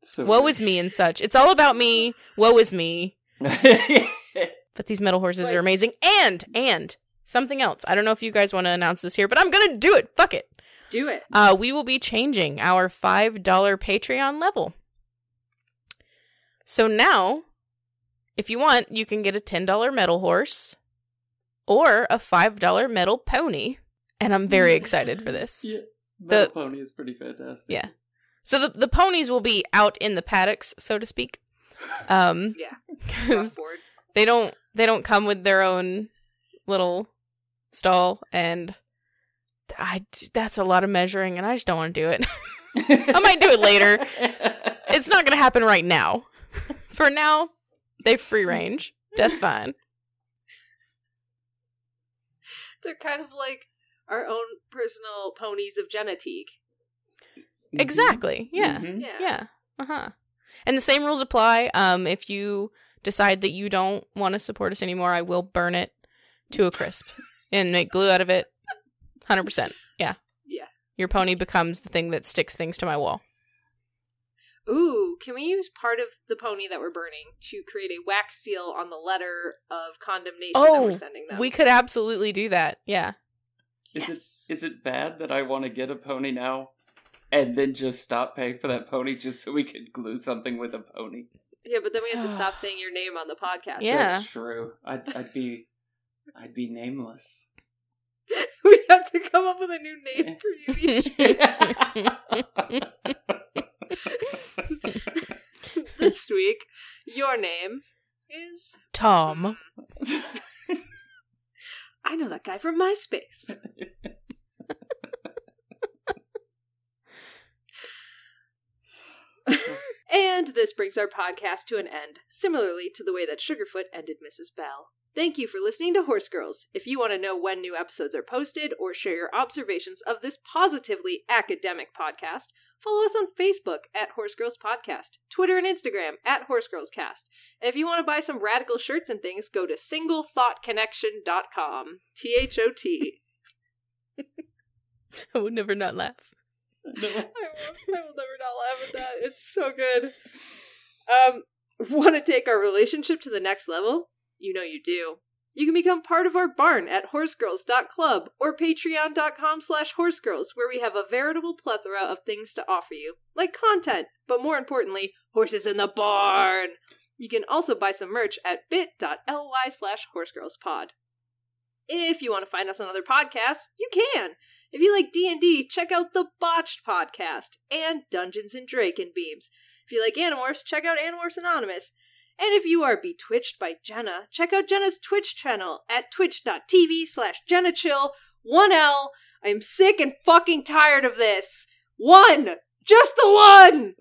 Speaker 1: So
Speaker 2: Woe
Speaker 1: good.
Speaker 2: is me and such. It's all about me. Woe is me. But these metal horses
Speaker 3: Like-
Speaker 2: are amazing. And and something else. I don't know if you guys want to announce this here, but I'm gonna do it. Fuck it.
Speaker 3: Do it.
Speaker 2: uh, we will be changing our $5 Patreon level. So now, if you want, you can get a $10 metal horse or a $5 metal pony. And I'm very excited for this.
Speaker 1: Yeah, Metal
Speaker 2: The-
Speaker 1: Pony is pretty fantastic.
Speaker 2: Yeah. So the, the ponies will be out in the paddocks, so to speak. Um,
Speaker 3: Yeah.
Speaker 2: 'cause
Speaker 3: Off board.
Speaker 2: they don't they don't come with their own little stall and I that's a lot of measuring and I just don't want to do it. I might do it later. It's not going to happen right now. For now, they free range. That's fine.
Speaker 3: They're kind of like our own personal ponies of Genetique.
Speaker 1: Mhm.
Speaker 2: Exactly. Yeah.
Speaker 1: Mhm.
Speaker 3: Yeah.
Speaker 2: Yeah. Uh-huh. And the same rules apply. Um if you decide that you don't want to support us anymore, I will burn it to a crisp and make glue out of it. 100%. Yeah.
Speaker 3: Yeah.
Speaker 2: Your pony becomes the thing that sticks things to my wall.
Speaker 3: Ooh, can we use part of the pony that we're burning to create a wax seal on the letter of condemnation that
Speaker 2: Oh,
Speaker 3: we're sending them?
Speaker 2: We could absolutely do that. Yeah.
Speaker 1: Is it is it bad that I want to get a pony now, and then just stop paying for that pony just so we could glue something with a pony?
Speaker 3: yeah, but then we have to stop saying your name on the podcast.
Speaker 2: Yeah.
Speaker 1: That's true. I'd, I'd be I'd be nameless.
Speaker 3: We'd have to come up with a new name for you each. this week, your name is.
Speaker 2: Tom.
Speaker 3: I know that guy from MySpace. and this brings our podcast to an end, similarly to the way that Sugarfoot ended Mrs. Bell. Thank you for listening to Horse Girls. If you want to know when new episodes are posted or share your observations of this positively academic podcast, follow us on Facebook at Horse Girls Podcast, Twitter and Instagram at Horse Girls Cast. And if you want to buy some radical shirts and things, go to singlethoughtconnection.com. T H O T.
Speaker 2: I will never not laugh.
Speaker 1: No.
Speaker 3: I will, I will never not laugh at that. It's so good. Um, want to take our relationship to the next level? You know you do. You can become part of our barn at horsegirls.club or patreon.com slash horsegirls, where we have a veritable plethora of things to offer you, like content, but more importantly, horses in the barn. You can also buy some merch at bit.ly slash horsegirlspod. If you want to find us on other podcasts, you can. If you like D&D, check out the Botched podcast and Dungeons and Draken Beams. If you like Animorphs, check out Animorphs Anonymous. And if you are betwitched by Jenna, check out Jenna's Twitch channel at twitch.tv slash jennachill1l. I'm sick and fucking tired of this. One! Just the one!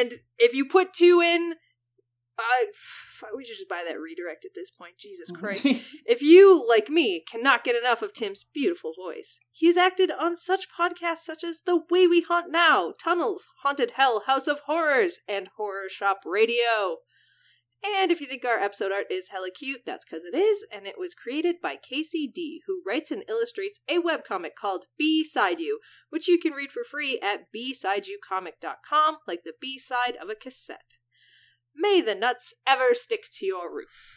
Speaker 3: and if you put two in, I, f- we should just buy that redirect at this point. Jesus Christ. If you, like me, cannot get enough of Tim's beautiful voice, he has acted on such podcasts such as The Way We Haunt Now, Tunnels, Haunted Hell, House of Horrors, and Horror Shop Radio. And if you think our episode art is hella cute, that's because it is, and it was created by Casey D, who writes and illustrates a webcomic called Beside You, which you can read for free at besideyoucomic.com, like the B side of a cassette. May the nuts ever stick to your roof.